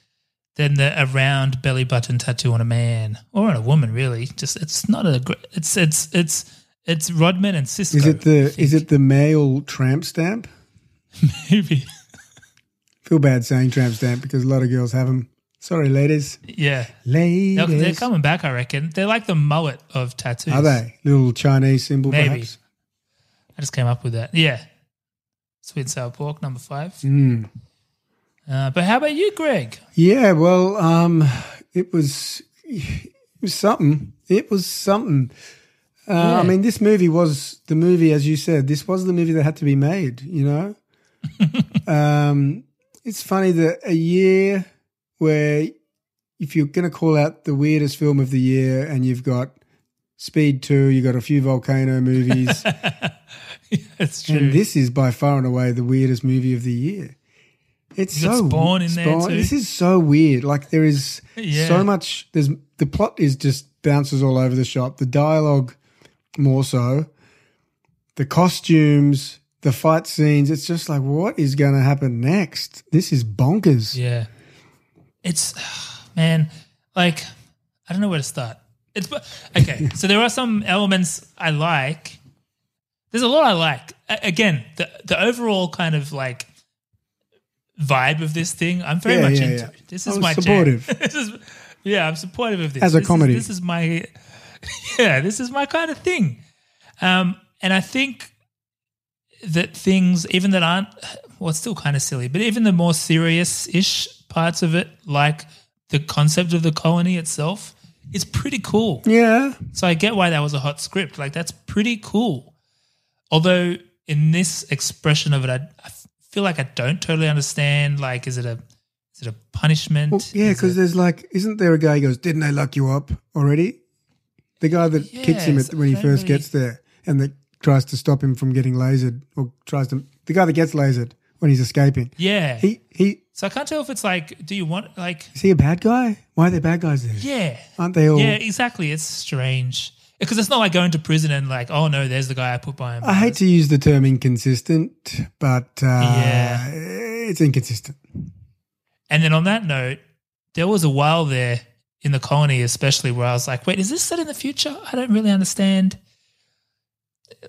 Speaker 2: than the around belly button tattoo on a man or on a woman? Really, just it's not a. gr- It's it's it's it's Rodman and Cisco. [laughs]
Speaker 3: is it
Speaker 2: I
Speaker 3: the
Speaker 2: think.
Speaker 3: is it the male tramp stamp?
Speaker 2: maybe?
Speaker 3: Feel bad saying tramp stamp because a lot of girls have them. Sorry, ladies.
Speaker 2: Yeah.
Speaker 3: Ladies.
Speaker 2: They're, they're coming back, I reckon. They're like the mullet of tattoos.
Speaker 3: Are they? Little Chinese symbol,
Speaker 2: Maybe.
Speaker 3: perhaps?
Speaker 2: I just came up with that. Yeah. Sweet and sour pork, number five.
Speaker 3: Hmm.
Speaker 2: Uh, but how about you, Greg? [laughs]
Speaker 3: Yeah, well, um, it was it was something. It was something. Uh, I mean, this movie was the movie, as you said. This was the movie that had to be made. You know, um, it's funny that a year where if you're going to call out the weirdest film of the year, and you've got Speed Two, you've got a few volcano movies,
Speaker 2: That's true.
Speaker 3: and this is by far and away the weirdest movie of the year. It's
Speaker 2: You got
Speaker 3: so
Speaker 2: Spawn in there too.
Speaker 3: This is so weird. Like there is
Speaker 2: Yeah.
Speaker 3: so much. There's the plot is just bounces all over the shop. The dialogue, more so. The costumes, the fight scenes. It's just like what is going to happen next? This is bonkers.
Speaker 2: Yeah. It's, [sighs] man, like, I don't know where to start. It's, but-
Speaker 3: [laughs]
Speaker 2: okay. so there are some elements I like. There's a lot I like. A- again, the, the overall kind of like vibe of this thing, I'm very
Speaker 3: Yeah,
Speaker 2: much
Speaker 3: yeah,
Speaker 2: into
Speaker 3: yeah.
Speaker 2: it. This
Speaker 3: I
Speaker 2: is
Speaker 3: was
Speaker 2: my jam.
Speaker 3: supportive.
Speaker 2: [laughs] this is, yeah, I'm supportive of this.
Speaker 3: As a
Speaker 2: This is-
Speaker 3: comedy.
Speaker 2: this is my, [laughs] yeah, this is my kind of thing. Um, and I think that things, even that aren't, well, it's still kind of silly, but even the more serious ish parts of it, like the concept of the colony itself, is pretty cool.
Speaker 3: Yeah.
Speaker 2: So I get why that was a hot script. Like, that's pretty cool. Although, in this expression of it, I, I feel like I don't totally understand. Like, is it a, is it a punishment?
Speaker 3: Well, yeah,
Speaker 2: Is
Speaker 3: because
Speaker 2: it-
Speaker 3: there's like, isn't there a guy who goes, "Didn't I lock you up already?" The guy that kicks him
Speaker 2: Yes,
Speaker 3: at, when he
Speaker 2: I
Speaker 3: first
Speaker 2: agree.
Speaker 3: gets there, and that tries to stop him from getting lasered, or tries to the guy that gets lasered when he's escaping.
Speaker 2: yeah.
Speaker 3: He he
Speaker 2: so I can't tell if it's like, do you want, like,
Speaker 3: is he a bad guy? Why are there bad guys there?
Speaker 2: yeah.
Speaker 3: Aren't they all?
Speaker 2: Yeah, exactly. It's strange because it's not like going to prison and like, oh no, there's the guy I put by him.
Speaker 3: I hate to use the term inconsistent, but uh,
Speaker 2: Yeah.
Speaker 3: it's inconsistent.
Speaker 2: And then on that note, there was a while there in the colony, especially where I was like, wait, is this set in the future? I don't really understand.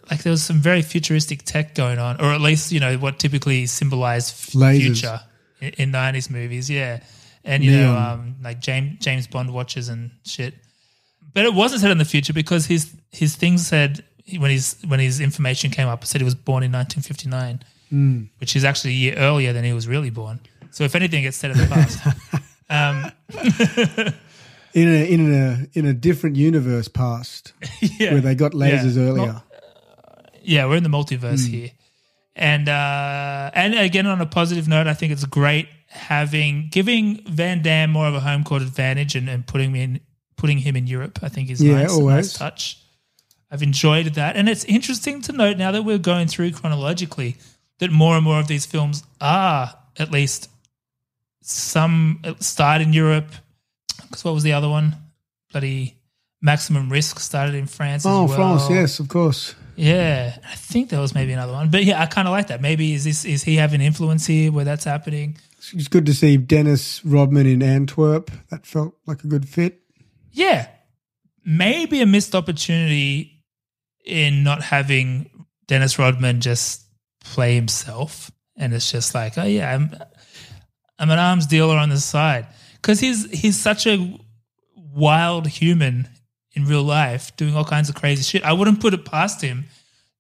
Speaker 2: Like there was some very futuristic tech going on, or at least you know what typically symbolized f-
Speaker 3: Lasers.
Speaker 2: future in- in nineties movies. Yeah, and you know,
Speaker 3: Neon.
Speaker 2: um, like James James Bond watches and shit. But it wasn't set in the future because his his thing said when his when his information came up, it said he was born in 1959, which is actually a year earlier than he was really born. So if anything, it's set in the past. um,
Speaker 3: In a in a in a different universe past
Speaker 2: [laughs] yeah,
Speaker 3: where they got lasers
Speaker 2: Yeah.
Speaker 3: earlier.
Speaker 2: Well, yeah, we're in the multiverse
Speaker 3: Hmm.
Speaker 2: here. And uh, and again, on a positive note, I think it's great having giving Van Damme more of a home court advantage and, and putting me in putting him in Europe. I think is
Speaker 3: Yeah,
Speaker 2: nice, a
Speaker 3: always.
Speaker 2: nice touch. I've enjoyed that, and it's interesting to note now that we're going through chronologically that more and more of these films are at least some start in Europe. Because what was the other one? Bloody Maximum Risk started in France.
Speaker 3: oh,
Speaker 2: as well.
Speaker 3: France, yes, of course.
Speaker 2: Yeah, I think there was maybe another one, but yeah, I kind of like that. Maybe is this is he having influence here where that's happening?
Speaker 3: It's good to see Dennis Rodman in Antwerp. That felt like a good fit.
Speaker 2: Yeah, maybe a missed opportunity in not having Dennis Rodman just play himself, and it's just like, oh yeah, I'm I'm an arms dealer on the side because he's he's such a wild human in real life doing all kinds of crazy shit. I wouldn't put it past him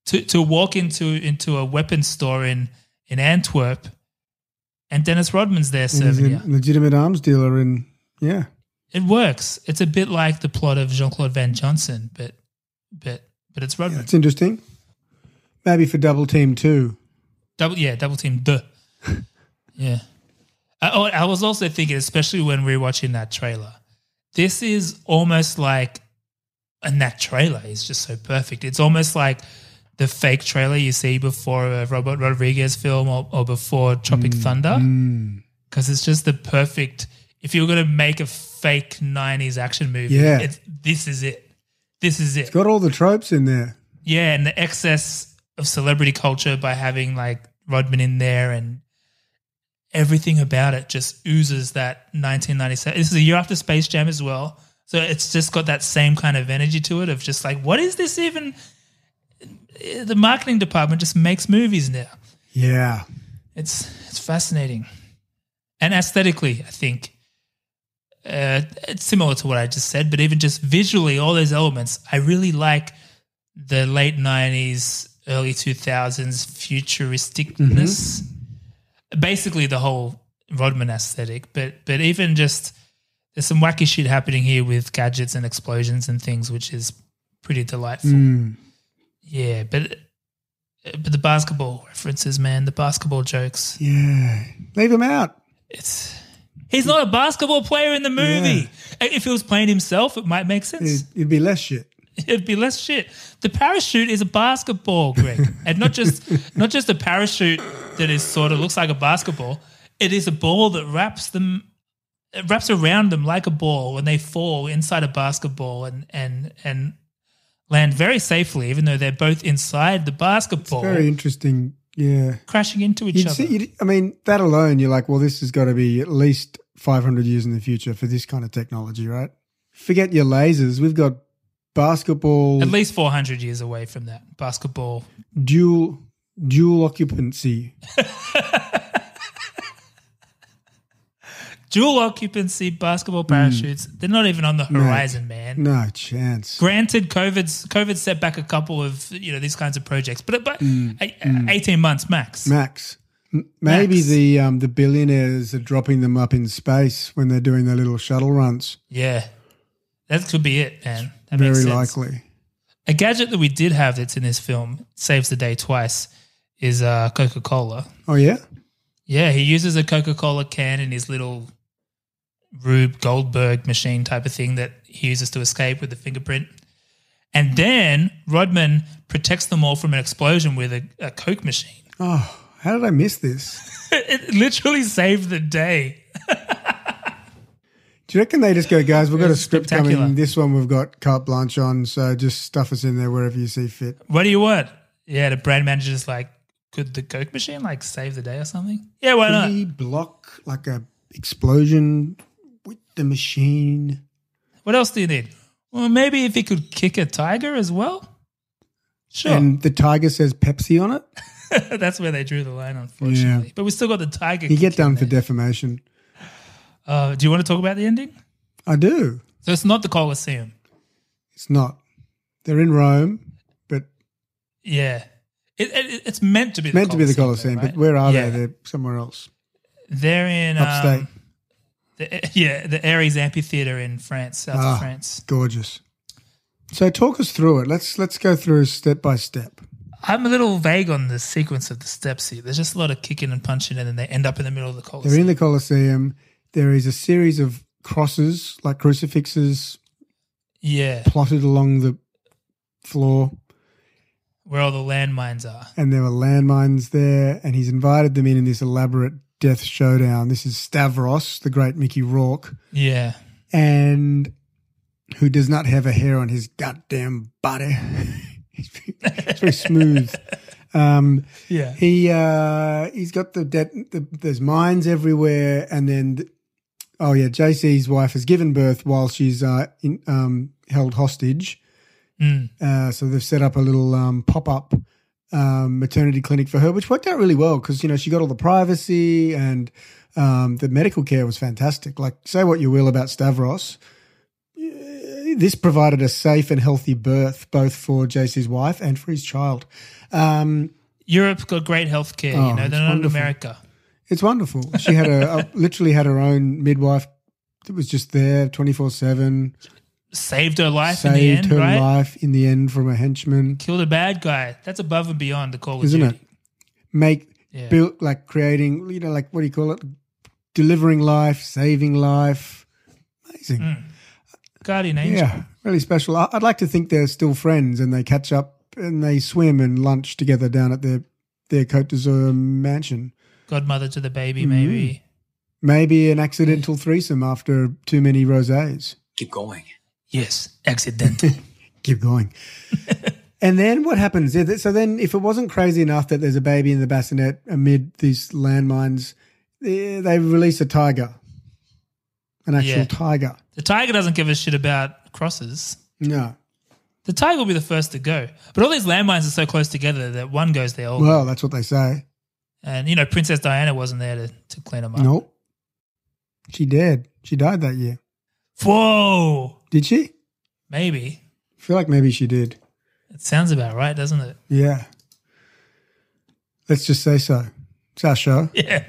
Speaker 2: to to walk into into a weapons store in in Antwerp, and Dennis Rodman's there
Speaker 3: And He's
Speaker 2: serving
Speaker 3: a
Speaker 2: you.
Speaker 3: legitimate arms dealer, and yeah,
Speaker 2: It works. It's a bit like the plot of Jean Claude Van Johnson, but but but it's Rodman.
Speaker 3: that's interesting. Maybe for double team too.
Speaker 2: Double, yeah, double team.
Speaker 3: [laughs]
Speaker 2: Duh. yeah. I, oh, I was also thinking, especially when we were watching that trailer, this is almost like, and that trailer is just so perfect. It's almost like the fake trailer you see before a Robert Rodriguez film or, or before Tropic
Speaker 3: Mm,
Speaker 2: Thunder, because it's just the perfect. If you're going to make a fake '90s action movie,
Speaker 3: Yeah.
Speaker 2: it's, this is it. This is it.
Speaker 3: Got all the tropes in there.
Speaker 2: Yeah, and the excess of celebrity culture by having like Rodman in there and everything about it just oozes that 1997. This is a year after Space Jam as well. So it's just got that same kind of energy to it of just like, what is this even? The marketing department just makes movies now.
Speaker 3: Yeah,
Speaker 2: It's it's fascinating. And aesthetically, I think uh, it's similar to what I just said, but even just visually, all those elements, I really like the late '90s, early 2000s futuristicness. Basically, the whole Rodman aesthetic, but but even just there's some wacky shit happening here with gadgets and explosions and things, which is pretty delightful. Yeah, but but the basketball references, man, the basketball jokes.
Speaker 3: Yeah. Leave him out.
Speaker 2: It's he's not a basketball player in the movie. If he was playing himself, it might make sense.
Speaker 3: It'd, it'd be less shit.
Speaker 2: [laughs] It'd be less shit. The parachute is a basketball,
Speaker 3: [laughs]
Speaker 2: Greg, and not just not just a parachute that is sort of looks like a basketball. It is a ball that wraps them, it wraps around them like a ball when they fall inside a basketball and and and land very safely, even though they're both inside the basketball,
Speaker 3: Very interesting. Yeah.
Speaker 2: crashing into each
Speaker 3: You'd
Speaker 2: other.
Speaker 3: see, you'd, I mean, that alone, you're like, well, this has got to be at least 500 years in the future for this kind of technology, right? Forget your lasers. We've got basketball
Speaker 2: At least four hundred years away from that basketball
Speaker 3: dual dual occupancy.
Speaker 2: dual occupancy basketball parachutes.
Speaker 3: Mm.
Speaker 2: They're not even on the horizon, man.
Speaker 3: No chance.
Speaker 2: Granted, COVID's COVID set back a couple of you know these kinds of projects, but but
Speaker 3: Mm.
Speaker 2: a- eighteen months max.
Speaker 3: Max. M- Maybe
Speaker 2: Max.
Speaker 3: the um, the billionaires are dropping them up in space when they're doing their little shuttle runs.
Speaker 2: Yeah, that could be it, man. That
Speaker 3: Very
Speaker 2: makes sense.
Speaker 3: likely.
Speaker 2: A gadget that we did have that's in this film saves the day twice is uh, Coca Cola.
Speaker 3: Oh yeah,
Speaker 2: Yeah, he uses a Coca Cola can in his little Rube Goldberg machine type of thing that he uses to escape with the fingerprint. And then Rodman protects them all from an explosion with a, a Coke machine. [laughs]
Speaker 3: how did I miss this?
Speaker 2: It literally saved the day.
Speaker 3: Do you reckon they just go, guys? We've got a
Speaker 2: It's
Speaker 3: script
Speaker 2: spectacular.
Speaker 3: coming. This one we've got carte blanche on, so just stuff us in there wherever you see fit.
Speaker 2: What do you want? Yeah, the brand manager's like, could the Coke machine like save the day or something? Yeah, why
Speaker 3: Can
Speaker 2: not?
Speaker 3: we block like a explosion with the machine?
Speaker 2: What else do you need? Well, maybe if he could kick a tiger as well. Sure.
Speaker 3: And the tiger says Pepsi on
Speaker 2: [laughs]
Speaker 3: it.
Speaker 2: That's where they drew the line, unfortunately. But we still got the tiger. [laughs]
Speaker 3: You get
Speaker 2: kick in
Speaker 3: done for
Speaker 2: there.
Speaker 3: defamation.
Speaker 2: Uh, do you want to talk about the ending?
Speaker 3: I do.
Speaker 2: So it's not the Colosseum.
Speaker 3: It's not. They're in Rome, but
Speaker 2: Yeah. It, it, it's meant to be the
Speaker 3: meant to be the Colosseum.
Speaker 2: though,
Speaker 3: But
Speaker 2: right?
Speaker 3: where are
Speaker 2: Yeah.
Speaker 3: they? They're somewhere else,
Speaker 2: They're in um,
Speaker 3: upstate.
Speaker 2: the, yeah, the Ares Amphitheater in France, south
Speaker 3: Ah.
Speaker 2: of France.
Speaker 3: Gorgeous. So talk us through it. Let's let's go through step by step.
Speaker 2: I'm a little vague on the sequence of the steps here. There's just a lot of kicking and punching, and then they end up in the middle of the
Speaker 3: They're
Speaker 2: Colosseum.
Speaker 3: in the Colosseum. There is a series of crosses, like crucifixes,
Speaker 2: yeah,
Speaker 3: plotted along the floor.
Speaker 2: where all the landmines are.
Speaker 3: and there were landmines there, and he's invited them in in this elaborate death showdown. This is Stavros, the great Mickey Rourke,
Speaker 2: Yeah.
Speaker 3: and who does not have a hair on his goddamn body. [laughs] it's very smooth. Um,
Speaker 2: Yeah.
Speaker 3: he uh, he's got the, de- the there's mines everywhere, and then th- oh yeah, JC's wife has given birth while she's uh, in, um, held hostage. Uh, so they've set up a little um, pop up um, maternity clinic for her, which worked out really well because you know she got all the privacy and um, the medical care was fantastic. Like say what you will about Stavros. eh, This provided a safe and healthy birth, both for JC's wife and for his child. Um,
Speaker 2: Europe's got great health care. you
Speaker 3: Oh,
Speaker 2: know,
Speaker 3: it's
Speaker 2: they're not in
Speaker 3: wonderful.
Speaker 2: America.
Speaker 3: It's wonderful. She had a, [laughs] a- literally had her own midwife that was just there twenty four seven.
Speaker 2: Saved her life in the
Speaker 3: Saved
Speaker 2: end,
Speaker 3: her
Speaker 2: right?
Speaker 3: life in the end from a henchman,
Speaker 2: Killed a bad guy. That's above and beyond the Call of
Speaker 3: isn't
Speaker 2: Duty.
Speaker 3: it? Make
Speaker 2: Yeah.
Speaker 3: built like creating, you know, like what do you call it? Delivering life, saving life. Amazing.
Speaker 2: Mm, Guardian angel.
Speaker 3: Yeah, really special. I- I'd like to think they're still friends and they catch up and they swim and lunch together down at their their Cote d'Azur mansion.
Speaker 2: godmother to the
Speaker 3: Mm-hmm.
Speaker 2: baby, maybe.
Speaker 3: Maybe an accidental threesome after too many rosés.
Speaker 5: Keep going.
Speaker 2: Yes,
Speaker 3: [laughs]
Speaker 2: accidental. [laughs]
Speaker 3: keep going. and then what happens? Yeah, th- So then, if it wasn't crazy enough that there's a baby in the bassinet amid these landmines, eh, they release a tiger, an actual
Speaker 2: Yeah.
Speaker 3: tiger.
Speaker 2: the tiger doesn't give a shit about crosses.
Speaker 3: No,
Speaker 2: The tiger will be the first to go. But all these landmines are so close together that one goes there. All
Speaker 3: well, that's what they say.
Speaker 2: and, you know, Princess Diana wasn't there to, to clean them up.
Speaker 3: Nope, she dead. She died that year.
Speaker 2: Whoa.
Speaker 3: Did she? I
Speaker 2: Maybe.
Speaker 3: feel like maybe she did.
Speaker 2: It sounds about right, doesn't it? [laughs]
Speaker 3: Yeah. Let's just say so. It's our show.
Speaker 2: Yeah.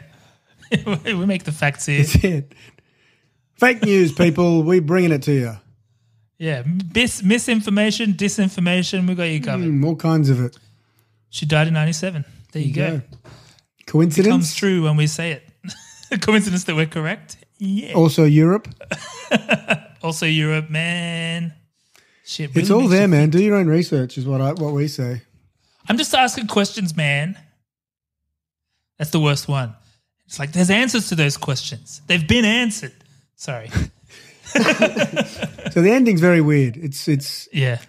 Speaker 2: we make the facts here.
Speaker 3: It's it. Fake news, people. we bringing it to you.
Speaker 2: Yeah. Mis- misinformation, disinformation, we got you covered.
Speaker 3: Mm, all kinds of it.
Speaker 2: She died in 97. There you go.
Speaker 3: Yeah.
Speaker 2: Comes
Speaker 3: Coincidence?
Speaker 2: true when we say it. [laughs] Coincidence that we're correct? Yeah.
Speaker 3: Also Europe.
Speaker 2: Also, Europe, man. Shit.
Speaker 3: It's
Speaker 2: really
Speaker 3: all
Speaker 2: makes you-
Speaker 3: there, man. Do your own research is what I, what we say.
Speaker 2: I'm just asking questions, man. That's the worst one. It's like there's answers to those questions. They've been answered.
Speaker 3: [laughs]
Speaker 2: Sorry.
Speaker 3: So the ending's very weird. It's it's
Speaker 2: Yeah.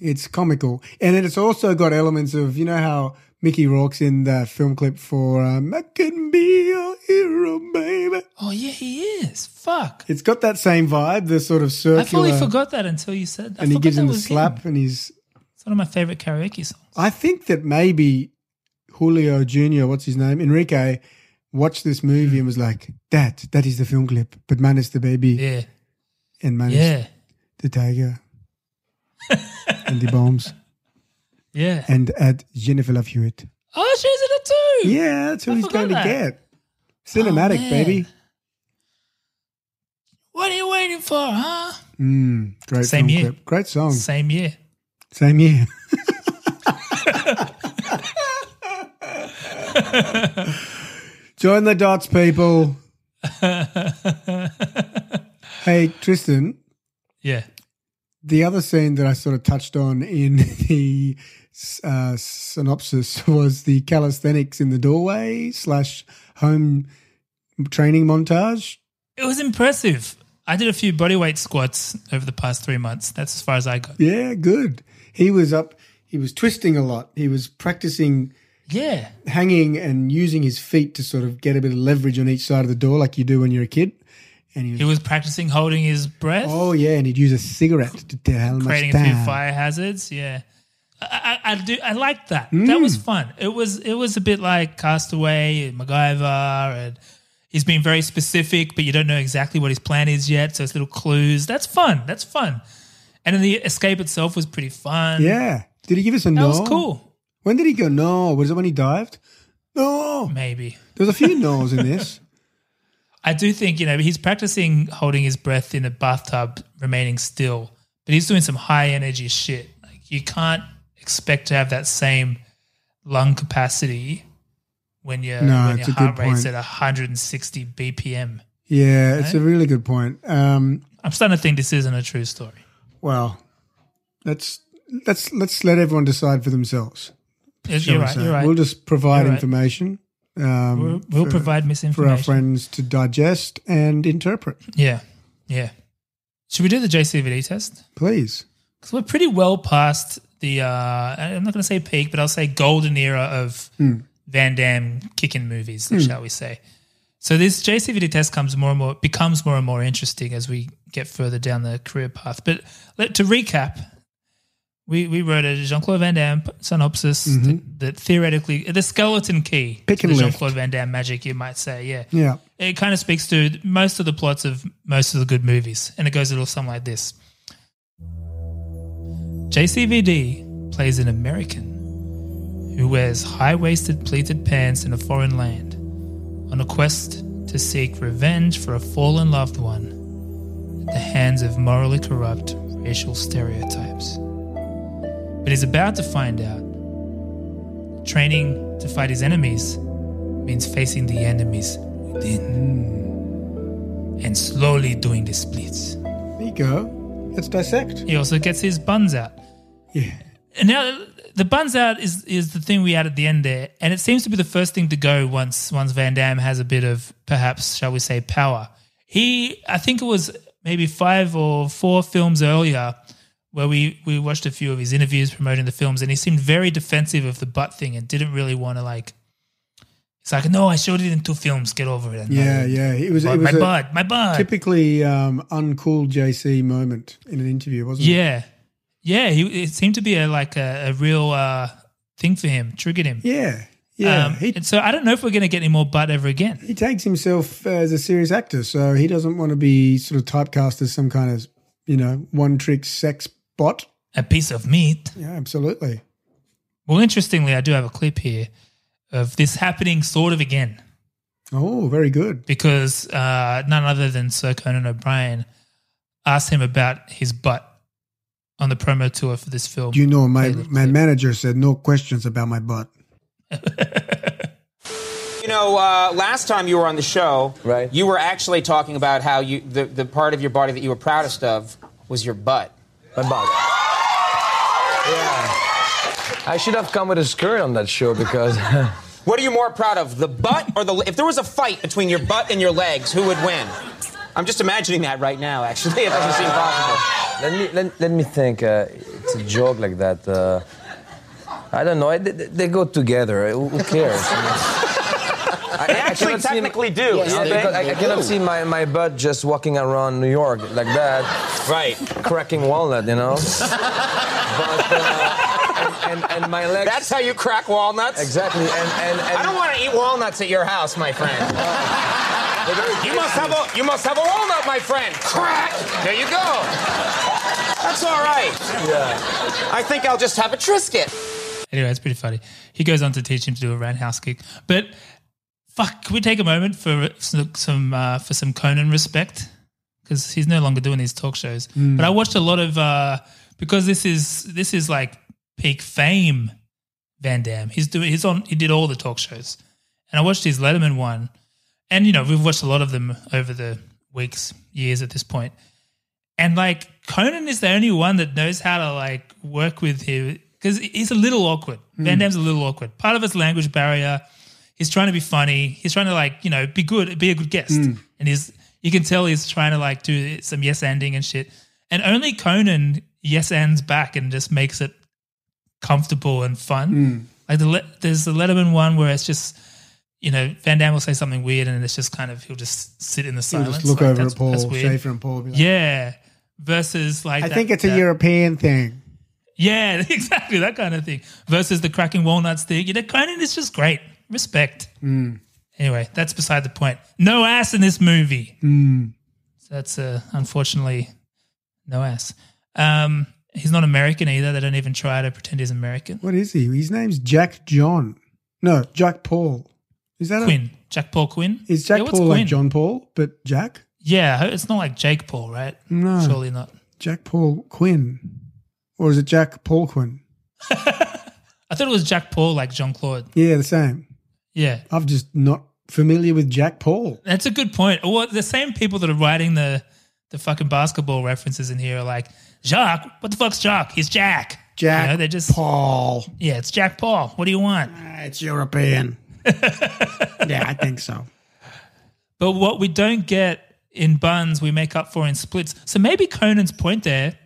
Speaker 3: it's comical, and then it's also got elements of you know how Mickey Rourke's in that film clip for um, "I Can Be Your Hero, Baby."
Speaker 2: Oh yeah, he is. Fuck.
Speaker 3: It's got that same vibe, the sort of circular,
Speaker 2: I fully forgot that until you said. I
Speaker 3: uh, and he
Speaker 2: forgot
Speaker 3: gives
Speaker 2: that
Speaker 3: him the
Speaker 2: was
Speaker 3: slap,
Speaker 2: him.
Speaker 3: and he's.
Speaker 2: It's one of my favorite karaoke songs.
Speaker 3: I think that maybe Julio Junior, what's his name, Enrique, watched this movie and was like, "That that is the film clip," but managed the baby
Speaker 2: Yeah.
Speaker 3: and managed
Speaker 2: Yeah.
Speaker 3: the tiger and the bombs
Speaker 2: Yeah.
Speaker 3: and at Jennifer Love Hewitt.
Speaker 2: Oh, she's in it too.
Speaker 3: Yeah, that's who
Speaker 2: I
Speaker 3: he's
Speaker 2: forgot
Speaker 3: going to
Speaker 2: that. Oh,
Speaker 3: get. Cinematic,
Speaker 2: man.
Speaker 3: baby.
Speaker 2: What are you waiting for, huh?
Speaker 3: Mm, great
Speaker 2: Same
Speaker 3: film
Speaker 2: year.
Speaker 3: clip. Great song.
Speaker 2: Same year.
Speaker 3: Same
Speaker 2: [laughs]
Speaker 3: year. Join the
Speaker 2: [laughs]
Speaker 3: dots, people. hey, Tristan,
Speaker 2: Yeah.
Speaker 3: the other scene that I sort of touched on in [laughs] the uh, synopsis was the calisthenics in the doorway slash home training montage.
Speaker 2: It was impressive. I did a few bodyweight squats over the past three months. That's as far as I got.
Speaker 3: Yeah, good. He was up. He was twisting a lot. He was practicing
Speaker 2: Yeah.
Speaker 3: hanging and using his feet to sort of get a bit of leverage on each side of the door, like you do when you're a kid. And he was,
Speaker 2: He was practicing holding his breath,
Speaker 3: oh yeah, and he'd use a cigarette to tell how much
Speaker 2: creating a few
Speaker 3: time.
Speaker 2: fire hazards. Yeah. I, I, I do. I liked that. That was
Speaker 3: Mm.
Speaker 2: fun. It was. It was a bit like Castaway, and MacGyver, and he's been very specific, but you don't know exactly what his plan is yet. So it's little clues. That's fun. That's fun. And then the escape itself was pretty fun.
Speaker 3: Yeah. Did he give us a
Speaker 2: that
Speaker 3: no?
Speaker 2: was cool.
Speaker 3: When did he go no? Was it when he dived? No.
Speaker 2: Maybe.
Speaker 3: There was a few no's in this.
Speaker 2: I do think, you know, he's practicing holding his breath in a bathtub, remaining still, but he's doing some high energy shit. Like, you can't expect to have that same lung capacity when, you're,
Speaker 3: No,
Speaker 2: when
Speaker 3: it's
Speaker 2: your
Speaker 3: a good
Speaker 2: heart rate's at
Speaker 3: point.
Speaker 2: 160 BPM.
Speaker 3: Yeah, it's a really good point. Um,
Speaker 2: I'm starting to think this isn't a true story.
Speaker 3: well, let's let's let's let everyone decide for themselves. shall
Speaker 2: you're
Speaker 3: we
Speaker 2: right.
Speaker 3: say.
Speaker 2: You're right.
Speaker 3: We'll just provide
Speaker 2: You're right.
Speaker 3: information. Um,
Speaker 2: We'll- we'll provide
Speaker 3: for our
Speaker 2: misinformation.
Speaker 3: friends to digest and interpret.
Speaker 2: Yeah. Yeah. Should we do the JCVD test?
Speaker 3: Please.
Speaker 2: Because we're pretty well past the, uh, I'm not going to say peak, but I'll say golden era of
Speaker 3: Hmm.
Speaker 2: Van Damme kicking movies, shall we say. So this JCVD test comes more and more, becomes more and more interesting as we get further down the career path. But let, to recap, we, we wrote a Jean-Claude Van Damme synopsis that, that theoretically, the skeleton key
Speaker 3: Mm-hmm. Pick
Speaker 2: to
Speaker 3: and
Speaker 2: the
Speaker 3: lift.
Speaker 2: Jean-Claude Van Damme magic, you might say, yeah.
Speaker 3: Yeah.
Speaker 2: It kind of speaks to most of the plots of most of the good movies, and it goes a little something like this. JCVD plays an American who wears high waisted pleated pants in a foreign land on a quest to seek revenge for a fallen loved one at the hands of morally corrupt racial stereotypes. But he's about to find out. Training to fight his enemies means facing the enemies within and slowly doing the splits.
Speaker 3: There you go. Let's dissect.
Speaker 2: He also gets his buns out.
Speaker 3: Yeah.
Speaker 2: And now the buns out is is the thing we had at the end there, and it seems to be the first thing to go once once Van Damme has a bit of perhaps shall we say power. He I think it was maybe five or four films earlier where we we watched a few of his interviews promoting the films, and he seemed very defensive of the butt thing and didn't really want to like. It's like no, I showed it in two films. Get over it.
Speaker 3: Yeah, yeah. It was, it was
Speaker 2: my
Speaker 3: a
Speaker 2: butt, my butt.
Speaker 3: typically um, uncool JC moment in an interview, wasn't it?
Speaker 2: Yeah, yeah. He, it seemed to be a like a, a real uh, thing for him. Triggered him.
Speaker 3: Yeah. Yeah,
Speaker 2: Um,
Speaker 3: he-
Speaker 2: and so I don't know if we're going to get any more Butt ever again.
Speaker 3: He takes himself as a serious actor, so he doesn't want to be sort of typecast as some kind of, you know, one trick sex bot.
Speaker 2: A piece of meat.
Speaker 3: Yeah, absolutely.
Speaker 2: Well, interestingly, I do have a clip here of this happening sort of again
Speaker 3: Oh, very good.
Speaker 2: because uh, none other than Sir Conan O'Brien asked him about his butt on the promo tour for this film.
Speaker 3: You know, my, my manager said no questions about my butt.
Speaker 9: You know, uh, last time you were on the show,
Speaker 1: Right.
Speaker 9: you were actually talking about how you the, the part of your body that you were proudest of was your butt.
Speaker 10: My body. Yeah. I should have come with a skirt on that show because [laughs]
Speaker 9: What are you more proud of, the butt or the? If there was a fight between your butt and your legs, who would win? I'm just imagining that right now. Actually, [laughs] it doesn't seem possible.
Speaker 10: let me let, let me think. Uh, it's a joke like that. Uh, I don't know. I, they, they go together. Who who cares? I,
Speaker 9: They actually
Speaker 10: cannot see-
Speaker 9: technically do.
Speaker 10: Yeah,
Speaker 9: don't you
Speaker 10: because
Speaker 9: think?
Speaker 10: I, I cannot see my, my butt just walking around New York like that,
Speaker 9: Right.
Speaker 10: cracking walnut, you know. but, uh, and, and, and my legs.
Speaker 9: [laughs] That's how you crack walnuts.
Speaker 10: exactly. And, and, and
Speaker 9: I don't want to eat walnuts at your house, my friend.
Speaker 10: They're very
Speaker 9: You must have a you must have a walnut, my friend. Crack. There you go. That's all right. I think I'll just have a Trisket.
Speaker 2: Anyway, it's pretty funny. He goes on to teach him to do a roundhouse kick. But fuck, can we take a moment for some some, uh, for some Conan respect? Because he's no longer doing these talk shows. But I watched a lot of uh, because this is this is like peak fame. Van Damme. He's doing. He's on. He did all the talk shows, and I watched his Letterman one. And you know, we've watched a lot of them over the weeks, years at this point. And like Conan is the only one that knows how to like work with him because he's a little awkward.
Speaker 3: Hmm.
Speaker 2: Van Damme's a little awkward. Part of it's language barrier. He's trying to be funny. He's trying to like you know be good, be a good guest.
Speaker 3: Hmm.
Speaker 2: And he's you can tell he's trying to like do some yes ending and shit. And only Conan yes ends back and just makes it comfortable and fun.
Speaker 3: Hmm.
Speaker 2: Like the Le- there's the Letterman one where it's just you know Van Damme will say something weird and it's just kind of he'll just sit in the
Speaker 3: He'll
Speaker 2: silence.
Speaker 3: just look
Speaker 2: Like,
Speaker 3: over
Speaker 2: that's-
Speaker 3: at Paul
Speaker 2: that's weird.
Speaker 3: Schaefer and Paul. Be like,
Speaker 2: Yeah. Versus like
Speaker 3: I
Speaker 2: that-
Speaker 3: think it's a
Speaker 2: that-
Speaker 3: European thing.
Speaker 2: Yeah, [laughs] exactly that kind of thing. Versus the cracking walnuts thing. You know, Conan is just great. Respect.
Speaker 3: Hmm.
Speaker 2: Anyway, that's beside the point. No ass in this movie.
Speaker 3: Hmm.
Speaker 2: So that's uh, unfortunately no ass. Um, he's not American either. They don't even try to pretend he's American.
Speaker 3: What is he? His name's Jack John. No, Jack Paul. Is that
Speaker 2: Quinn, Jack Paul Quinn.
Speaker 3: A, is Jack
Speaker 2: Yeah, what's
Speaker 3: Paul like
Speaker 2: Quinn?
Speaker 3: John Paul, but Jack?
Speaker 2: Yeah, it's not like Jake Paul, right?
Speaker 3: No.
Speaker 2: surely not.
Speaker 3: Jack Paul Quinn. Or is it Jack Paul Quinn?
Speaker 2: I thought it was Jack Paul, like Jean Claude.
Speaker 3: Yeah, the same.
Speaker 2: Yeah,
Speaker 3: I'm just not familiar with Jack Paul.
Speaker 2: That's a good point. Well, the same people that are writing the the fucking basketball references in here are like Jacques. What the fuck's Jacques? He's Jack.
Speaker 3: Jack
Speaker 2: You know, they just
Speaker 3: Paul.
Speaker 2: yeah, it's Jack Paul. What do you want?
Speaker 3: Ah, It's
Speaker 2: [laughs]
Speaker 3: European. yeah, I think so.
Speaker 2: But what we don't get in buns, we make up for in splits. So maybe Conan's point there,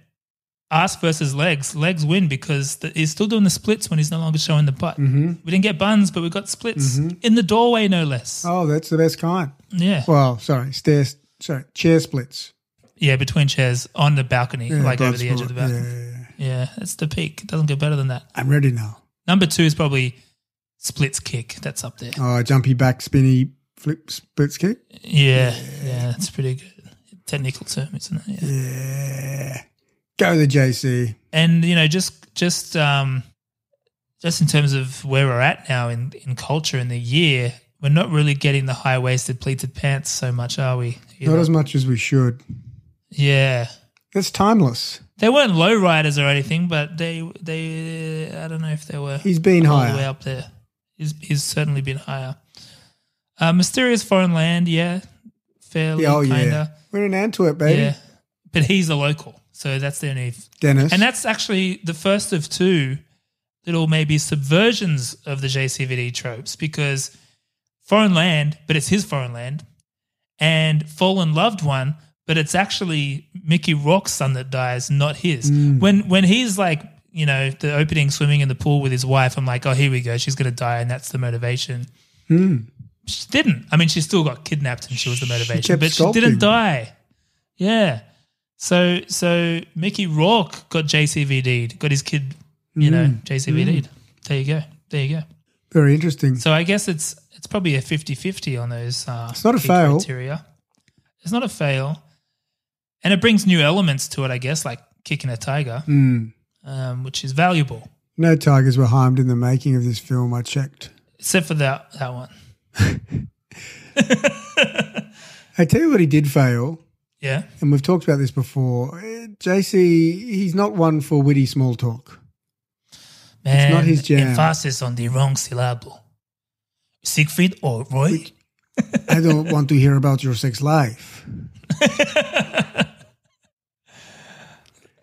Speaker 2: ass versus legs, legs win because the, he's still doing the splits when he's no longer showing the butt.
Speaker 3: Mm-hmm.
Speaker 2: We didn't get buns, but we got splits in the doorway, no less.
Speaker 3: Oh, that's the best kind.
Speaker 2: yeah,
Speaker 3: Well, sorry, stair, sorry, chair splits.
Speaker 2: yeah, between chairs on the balcony,
Speaker 3: Yeah,
Speaker 2: like over
Speaker 3: that's
Speaker 2: the edge of
Speaker 3: right.
Speaker 2: the balcony.
Speaker 3: Yeah, yeah, yeah.
Speaker 2: Yeah, that's the peak. It doesn't get better than that.
Speaker 3: I'm ready now.
Speaker 2: Number two is probably splits kick. That's up there.
Speaker 3: Oh, jumpy back, spinny, flip, splits kick.
Speaker 2: Yeah, yeah, it's pretty good. Technical term, isn't it? Yeah.
Speaker 3: Yeah. Go the JC.
Speaker 2: And you know, just just um, just in terms of where we're at now in in culture in the year, we're not really getting the high waisted pleated pants so much, are we?
Speaker 3: Not as much as we should.
Speaker 2: yeah.
Speaker 3: That's timeless.
Speaker 2: They weren't low riders or anything, but they they I don't know if they were.
Speaker 3: He's been
Speaker 2: all
Speaker 3: higher.
Speaker 2: the way up there. He's he's certainly been higher. Uh, mysterious foreign land, yeah, fairly
Speaker 3: Yeah, oh,
Speaker 2: kinda.
Speaker 3: yeah. We're in Antwerp, baby.
Speaker 2: Yeah. But he's a local. So that's the only.
Speaker 3: Dennis.
Speaker 2: And that's actually the first of two little maybe subversions of the JCVD tropes because foreign land, but it's his foreign land, and fallen loved one, but it's actually Mickey Rock's son that dies, not his. When when he's like, you know, the opening swimming in the pool with his wife, I'm like, oh, here we go, she's gonna die, and that's the motivation. She didn't. I mean, she still got kidnapped, and she was the motivation,
Speaker 3: kept
Speaker 2: but she didn't
Speaker 3: sculpting.
Speaker 2: die. Yeah. So so Mickey Rourke got JCVD'd, got his kid, you know, JCVD'd. There you go. There you go.
Speaker 3: Very interesting.
Speaker 2: So I guess it's it's probably a 50-50 on those. Uh,
Speaker 3: It's not a
Speaker 2: key
Speaker 3: fail.
Speaker 2: Criteria. It's not a fail, and it brings new elements to it. I guess like kicking a tiger,
Speaker 3: Hmm.
Speaker 2: um, which is valuable,
Speaker 3: No tigers were harmed in the making of this film. I checked.
Speaker 2: except for that that one.
Speaker 3: I tell you what, he did fail,
Speaker 2: Yeah.
Speaker 3: and we've talked about this before. Eh, JC, he's not one for witty small talk.
Speaker 2: Man,
Speaker 3: it's not his jam.
Speaker 2: Emphasis on the wrong syllable. Siegfried or Roy?
Speaker 3: I don't want to hear about your
Speaker 2: [laughs]
Speaker 3: sex life.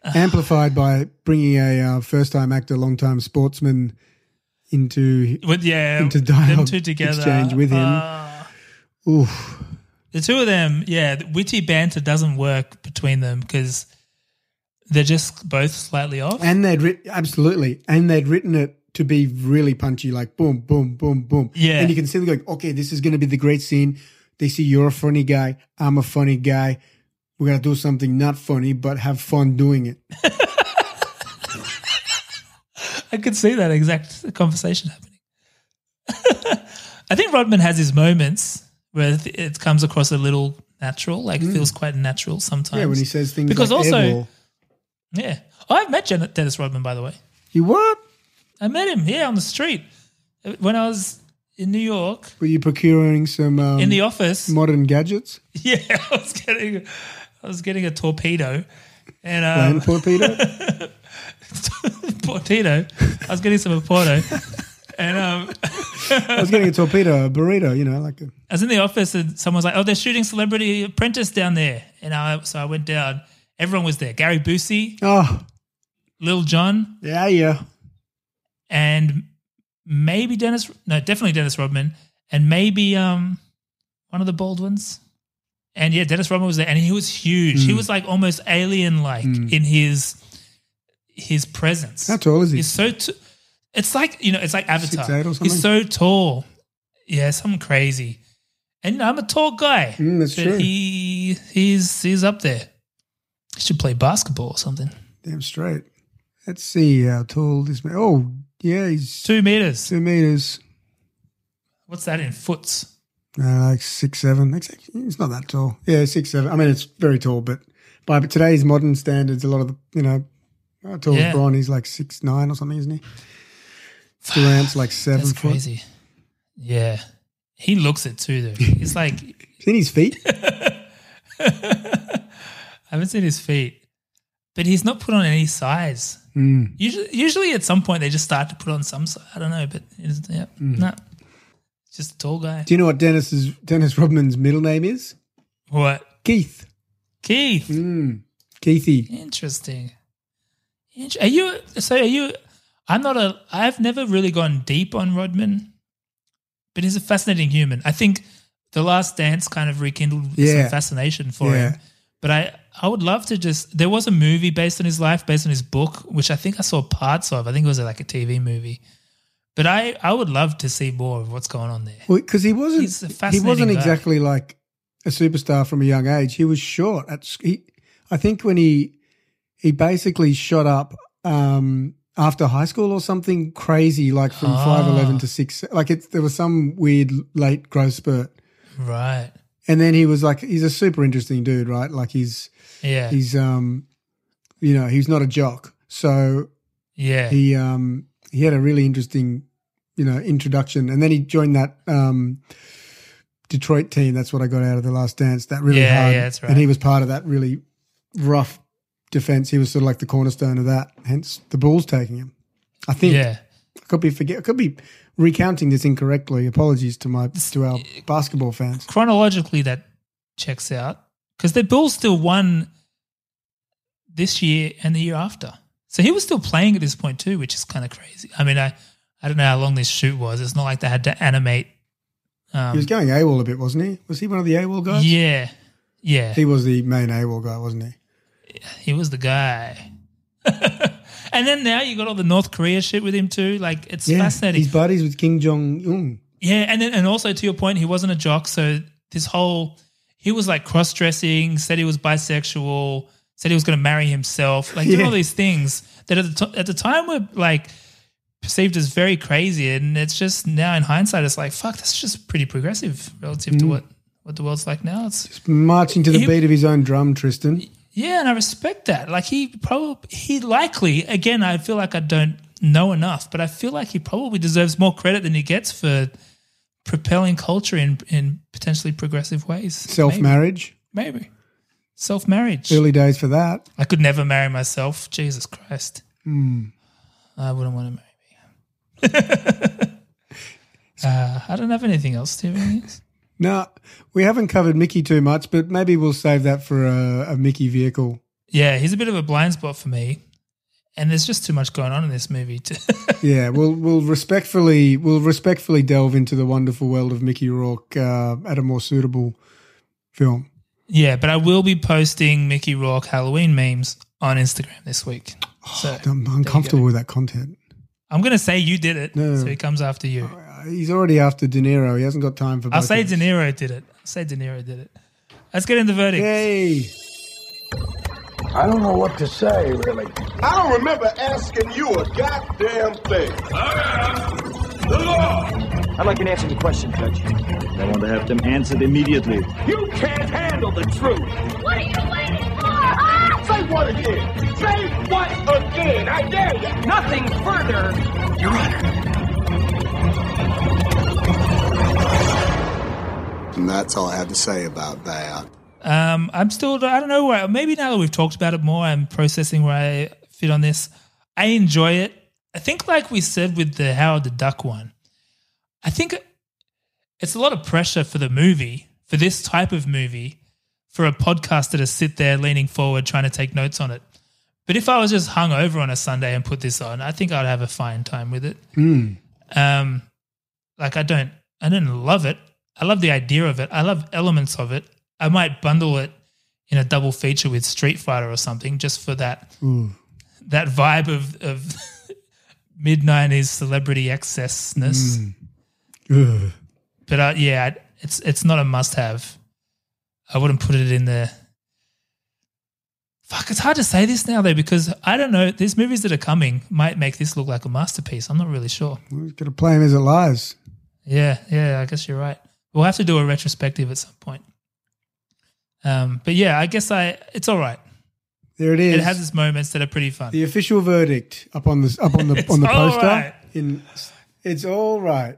Speaker 3: Amplified by bringing a uh, first-time actor, long-time sportsman into
Speaker 2: With, yeah,
Speaker 3: into
Speaker 2: them
Speaker 3: dialogue
Speaker 2: two together.
Speaker 3: exchange with him.
Speaker 2: Ah.
Speaker 3: Oof.
Speaker 2: the two of them, yeah, the witty banter doesn't work between them because they're just both slightly off.
Speaker 3: And they'd writ- absolutely, and they'd written it to be really punchy, like boom, boom, boom, boom.
Speaker 2: Yeah.
Speaker 3: and you can see them going, okay, this is going to be the great scene. They see you're a funny guy, I'm a funny guy. We're gonna do something not funny, but have fun doing it.
Speaker 2: I could see that exact conversation happening. [laughs] I think Rodman has his moments where it- it comes across a little natural, like feels quite natural sometimes.
Speaker 3: Mm. Yeah, when he says things
Speaker 2: Because
Speaker 3: like
Speaker 2: also-
Speaker 3: airball.
Speaker 2: Yeah. Oh, I've met Jen- Dennis Rodman, by the way.
Speaker 3: you what?
Speaker 2: I met him, yeah, on the street when I was in New York
Speaker 3: Were you procuring some um,
Speaker 2: in the office.
Speaker 3: modern gadgets?
Speaker 2: [laughs] Yeah, I was getting, I was getting a torpedo, and um,
Speaker 3: Land torpedo.
Speaker 2: [laughs] torpedo. I was getting some
Speaker 3: [laughs]
Speaker 2: Porto, and um,
Speaker 3: I was getting a torpedo, a burrito. You know, like a,
Speaker 2: I was in the office, and someone was like, "Oh, they're shooting Celebrity Apprentice down there," and I so I went down. Everyone was there: Gary Busey,
Speaker 3: oh
Speaker 2: Lil Jon,
Speaker 3: yeah, yeah.
Speaker 2: and maybe Dennis. No, definitely Dennis Rodman, and maybe um, one of the bald ones. And yeah, Dennis Rodman was there, and he was huge. He was like almost alien-like in his his presence.
Speaker 3: How tall is he?
Speaker 2: He's so. T- it's like you know, it's like Avatar.
Speaker 3: 6'8" or
Speaker 2: He's so
Speaker 3: something?
Speaker 2: tall. Yeah, something crazy. And you know, I'm a tall guy.
Speaker 3: Mm, that's
Speaker 2: but
Speaker 3: true.
Speaker 2: He he's he's up there. He should play basketball or something.
Speaker 3: Damn straight. Let's see how tall this man. Oh yeah, he's
Speaker 2: Two meters.
Speaker 3: two meters.
Speaker 2: What's that in foots?
Speaker 3: Uh, like six seven. That's actually- It's not that tall. Yeah, six seven. I mean, it's very tall, but by but today's modern standards, a lot of the you know, how tall
Speaker 2: Yeah.
Speaker 3: is Bron? He's like six nine or something, isn't he?
Speaker 2: [sighs]
Speaker 3: Durant's like seven
Speaker 2: That's
Speaker 3: foot.
Speaker 2: crazy. Yeah, he looks it too. Though he's like [laughs]
Speaker 3: Seen his feet?
Speaker 2: I haven't seen his feet, but he's not put on any size.
Speaker 3: Mm.
Speaker 2: Usually, usually at some point they just start to put on some size. I don't know, but it's, yeah,
Speaker 3: Mm.
Speaker 2: no, It's just a tall guy.
Speaker 3: Do you know what Dennis's Dennis Rodman's middle name is?
Speaker 2: What
Speaker 3: Keith.
Speaker 2: Keith?
Speaker 3: Keithy.
Speaker 2: Interesting. Int- Are you so? Are you? I'm not a. I've never really gone deep on Rodman, but he's a fascinating human. I think the Last Dance kind of rekindled
Speaker 3: Yeah.
Speaker 2: some fascination for
Speaker 3: Yeah.
Speaker 2: him. But I, I would love to just. There was a movie based on his life, based on his book, which I think I saw parts of. I think it was like a TV movie. But I, I would love to see more of what's going on there.
Speaker 3: Because he wasn't
Speaker 2: He's a
Speaker 3: he
Speaker 2: fascinating
Speaker 3: wasn't
Speaker 2: guy.
Speaker 3: exactly like a superstar from a young age. He was short. At s- he, I think when he he basically shot up um, after high school or something crazy, like from
Speaker 2: Ah.
Speaker 3: five eleven to six. Like it's there was some weird late growth spurt,
Speaker 2: Right.
Speaker 3: and then he was like he's a super interesting dude, right? Like he's
Speaker 2: Yeah.
Speaker 3: he's um you know he's not a jock, so
Speaker 2: yeah.
Speaker 3: he um he had a really interesting you know introduction and then he joined that um detroit team that's what i got out of the last dance that really
Speaker 2: Yeah,
Speaker 3: hard
Speaker 2: yeah, that's right.
Speaker 3: and he was part of that really rough defense he was sort of like the cornerstone of that hence the bulls taking him i think
Speaker 2: yeah.
Speaker 3: i could be forget i could be recounting this incorrectly apologies to my to our basketball fans
Speaker 2: chronologically that checks out because the Bulls still won this year and the year after. So he was still playing at this point too, which is kind of crazy. I mean, I, I don't know how long this shoot was. It's not like they had to animate.
Speaker 3: he was going awol a bit wasn't he was he one of the awol guys
Speaker 2: um, Yeah, yeah,
Speaker 3: he was the main awol guy wasn't he
Speaker 2: he was the guy. [laughs] and then now you got all the North Korea shit with him too. Like it's fascinating.
Speaker 3: he's buddies with king jong-un
Speaker 2: Yeah, and then and also to your point, he wasn't a jock, so this whole he was like cross dressing, said he was bisexual, said he was going to marry himself, like did
Speaker 3: Yeah.
Speaker 2: all these things that at the, t- at the time were like perceived as very crazy. And it's just now in hindsight, it's like, fuck, that's just pretty progressive relative to what, what the world's like now. It's
Speaker 3: Marching to the
Speaker 2: He-
Speaker 3: beat of his own drum, Tristan.
Speaker 2: yeah, and I respect that. Like he probably he likely again, I feel like I don't know enough, but I feel like he probably deserves more credit than he gets for propelling culture in in potentially progressive ways.
Speaker 3: Self marriage.
Speaker 2: Maybe. Maybe. Self marriage.
Speaker 3: Early days for that.
Speaker 2: I could never marry myself. Jesus Christ.
Speaker 3: Hmm.
Speaker 2: I wouldn't want to marry me. [laughs] uh, I don't have anything else, Stephen.
Speaker 3: No, we haven't covered Mickey too much, but maybe we'll save that for a, a Mickey vehicle.
Speaker 2: Yeah, he's a bit of a blind spot for me. And there's just too much going on in this movie. To- [laughs]
Speaker 3: yeah, we'll we'll respectfully we'll respectfully delve into the wonderful world of Mickey Rourke uh, at a more suitable film.
Speaker 2: Yeah, but I will be posting Mickey Rourke Halloween memes on Instagram this week.
Speaker 3: [gasps]
Speaker 2: So
Speaker 3: I'm uncomfortable with that content.
Speaker 2: I'm going to say you did it,
Speaker 3: No.
Speaker 2: so he comes after you.
Speaker 3: Uh, He's already after De Niro. He hasn't got time for.
Speaker 2: I'll
Speaker 3: both
Speaker 2: say
Speaker 3: of us.
Speaker 2: De Niro did it. I'll say De Niro did it. Let's get into the verdict.
Speaker 3: Yay!
Speaker 7: I don't know what to say, really.
Speaker 11: I don't remember asking you a goddamn thing. the law.
Speaker 12: I'd like an answer to the question, Judge. I want to have them answered immediately.
Speaker 4: You can't handle the truth.
Speaker 11: What are you waiting for? Huh? Say what again? Say what again? I dare you. Nothing further. Your Honor.
Speaker 13: And that's all I have to say about that.
Speaker 2: Um, I'm still, I don't know where, maybe now that we've talked about it more, I'm processing where I fit on this. I enjoy it. I think, like we said with the Howard the Duck one, I think it's a lot of pressure for the movie, for this type of movie, for a podcaster to sit there leaning forward trying to take notes on it. But if I was just hung over on a Sunday and put this on, I think I'd have a fine time with it.
Speaker 3: Hmm.
Speaker 2: Um, like I don't, I don't love it. I love the idea of it. I love elements of it. I might bundle it in a double feature with Street Fighter or something, just for that
Speaker 3: Ooh.
Speaker 2: that vibe of of [laughs] mid '90s celebrity excessness.
Speaker 3: Mm. Ugh.
Speaker 2: But uh, yeah, I- it's it's not a must have. I wouldn't put it in the. Fuck, it's hard to say this now though because I don't know. These movies that are coming might make this look like a masterpiece. I'm not really sure.
Speaker 3: We're gonna play him as it lies.
Speaker 2: Yeah, yeah, I guess you're right. We'll have to do a retrospective at some point. Um, but yeah, I guess I it's all right.
Speaker 3: There it is.
Speaker 2: It has its moments that are pretty fun.
Speaker 3: the official verdict up on the up on the on the
Speaker 2: all
Speaker 3: poster.
Speaker 2: right.
Speaker 3: In it's all right.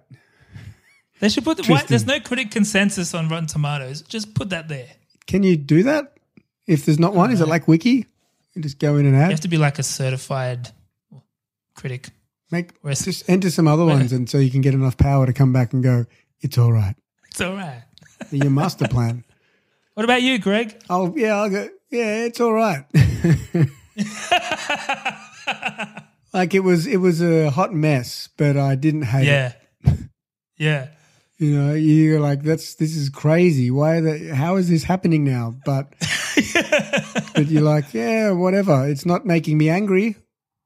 Speaker 2: They should put the, why,
Speaker 3: Tristan.
Speaker 2: there's no critic consensus on Rotten Tomatoes. Just put that there.
Speaker 3: Can you do that? If there's not one, is it like Wiki? You just go in and
Speaker 2: Uh, You
Speaker 3: add.
Speaker 2: have to be like a certified critic.
Speaker 3: Make
Speaker 2: Whereas-
Speaker 3: just enter some other ones, and so you can get enough power to come back and go. It's all right.
Speaker 2: It's all right.
Speaker 3: Your
Speaker 2: [laughs]
Speaker 3: master plan.
Speaker 2: What about you, Greg?
Speaker 3: I'll yeah, I'll go. Yeah, it's
Speaker 2: [laughs]
Speaker 3: all right. like it was, it was a hot mess, but I didn't hate
Speaker 2: Yeah.
Speaker 3: it.
Speaker 2: Yeah.
Speaker 3: You know, you're like, that's this is crazy. Why? The, how is this happening now?
Speaker 2: [laughs]
Speaker 3: But but you're like, yeah, whatever. It's not making me angry.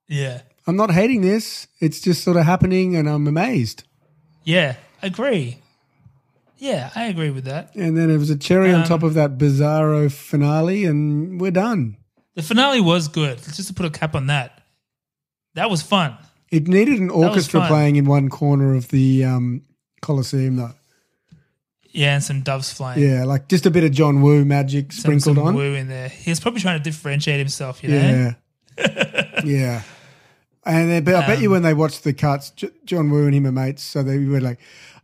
Speaker 2: Yeah.
Speaker 3: I'm not hating this. It's just sort of happening, and I'm amazed.
Speaker 2: Yeah. Agree. Yeah, I agree with that.
Speaker 3: And then it was a cherry on
Speaker 2: Um,
Speaker 3: top of that bizarro finale, and we're done.
Speaker 2: The finale was good. Just to put a cap on that. That was fun.
Speaker 3: It needed an
Speaker 2: was
Speaker 3: orchestra
Speaker 2: fun.
Speaker 3: playing in one corner of the um, Colosseum, though.
Speaker 2: Yeah, and some doves flying.
Speaker 3: Yeah, like just a bit of John Woo magic
Speaker 2: Some-
Speaker 3: sprinkled
Speaker 2: some
Speaker 3: on.
Speaker 2: woo in there. He was probably trying to differentiate himself, you know?
Speaker 3: Yeah, yeah. And then, but I
Speaker 2: Um,
Speaker 3: bet you when they watched the cuts, J- John Woo and him are mates, so they were like,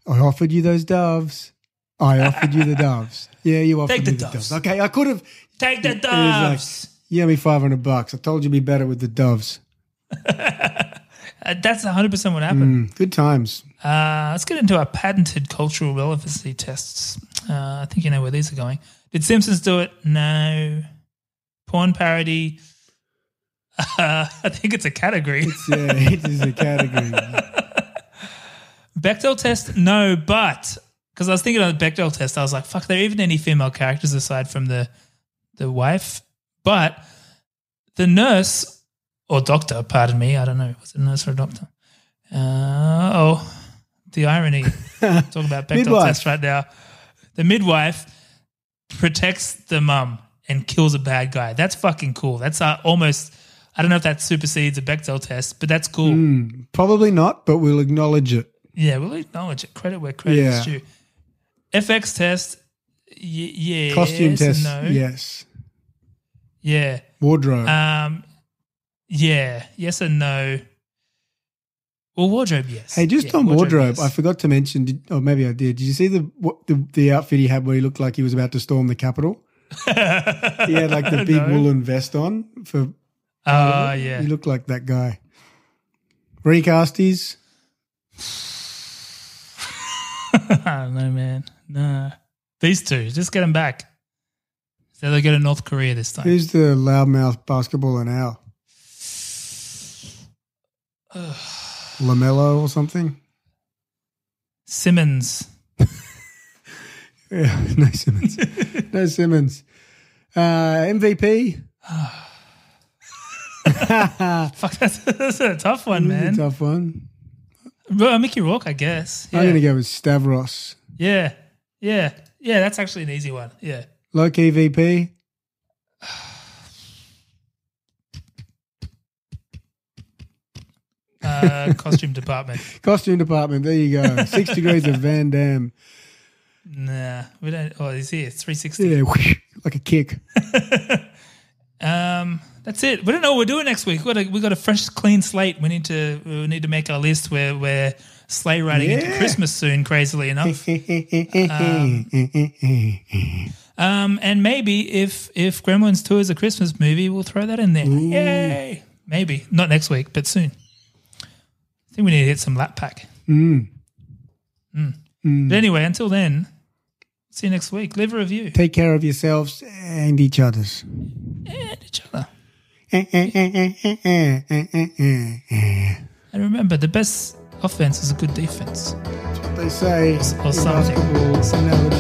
Speaker 3: "I offered you those doves. I offered you the
Speaker 2: [laughs]
Speaker 3: doves. Yeah, you offered
Speaker 2: Take the
Speaker 3: me the doves.
Speaker 2: doves.
Speaker 3: Okay, I could have.
Speaker 2: Take the
Speaker 3: It was like,
Speaker 2: doves.
Speaker 3: you owe me five hundred bucks. I told you be better with the doves.
Speaker 2: Uh, That's 100% what happened.
Speaker 3: Mm, good times.
Speaker 2: Uh, let's get into our patented cultural relevancy tests. Uh, I think you know where these are going. Did Simpsons do it? No. Porn parody? [laughs] Uh, I think it's a category.
Speaker 3: Yeah, [laughs] it is
Speaker 2: [laughs]
Speaker 3: a category.
Speaker 2: Bechdel test? No, but because I was thinking on the Bechdel test, I was like, fuck, there are even any female characters aside from the the wife. But the nurse or doctor, pardon me, I don't know, was it a nurse or a doctor? Uh, oh, the irony. Talking about Bechdel
Speaker 3: Midwife.
Speaker 2: test right now. The midwife protects the mum and kills a bad guy. That's fucking cool. That's uh, almost I don't know if that supersedes a Bechdel test, but that's cool.
Speaker 3: Mm, probably not, but we'll acknowledge it.
Speaker 2: Yeah, we'll acknowledge it. Credit where credit
Speaker 3: Yeah.
Speaker 2: is due. FX test, y- yeah.
Speaker 3: Costume test,
Speaker 2: No.
Speaker 3: yes.
Speaker 2: Yeah.
Speaker 3: Wardrobe.
Speaker 2: Um, yeah. Yes and no. Well, wardrobe, yes.
Speaker 3: Hey, just
Speaker 2: Yeah,
Speaker 3: on wardrobe,
Speaker 2: yes.
Speaker 3: I forgot to mention, did, or maybe I did. Did you see the, what, the the outfit he had where he looked like he was about to storm
Speaker 2: [laughs]
Speaker 3: the Capitol? he had like the big
Speaker 2: No.
Speaker 3: woolen vest on for.
Speaker 2: Ah, yeah.
Speaker 3: He looked like that guy. Recasties.
Speaker 2: I don't know, man. No. These two, just get them back. So they go to North Korea this time.
Speaker 3: Who's the loudmouth
Speaker 2: [sighs]
Speaker 3: basketballer now? Lamelo or something?
Speaker 2: Simmons.
Speaker 3: Yeah, [laughs] no Simmons. no Simmons. Uh, MVP.
Speaker 2: Fuck, [laughs] that's, that's a tough one,
Speaker 3: Really
Speaker 2: man.
Speaker 3: tough one.
Speaker 2: Well, Mickey Rourke, I guess. Yeah.
Speaker 3: I'm going to go with Stavros.
Speaker 2: yeah. Yeah. Yeah, that's actually an easy one. Yeah.
Speaker 3: Low key VP.
Speaker 2: Uh, [laughs] costume department.
Speaker 3: Costume department. There you [laughs] go. Six degrees of Van Damme.
Speaker 2: Nah, we don't. Oh, he's here. It's 360.
Speaker 3: Yeah, whoosh, like a kick.
Speaker 2: Um, that's it. We don't know what we're doing next week. We got a, we got a fresh, clean slate. We need to we need to make our list. We're we're sleigh riding into
Speaker 3: Yeah.
Speaker 2: Christmas soon.
Speaker 3: [laughs]
Speaker 2: Crazily enough. um, and maybe if if Gremlins Two is a Christmas movie, we'll throw that in there. Yay! Maybe not next week, but soon. I think we need to hit some lap pack. Hmm.
Speaker 3: Mm. Hmm.
Speaker 2: But anyway, until then, see you next week. Leave a review.
Speaker 3: Take care of yourselves and each other's.
Speaker 2: And each other.
Speaker 3: That's
Speaker 2: And remember, the best offense is a good defense.
Speaker 3: what they say.
Speaker 2: Or something.
Speaker 3: Basketball analogy.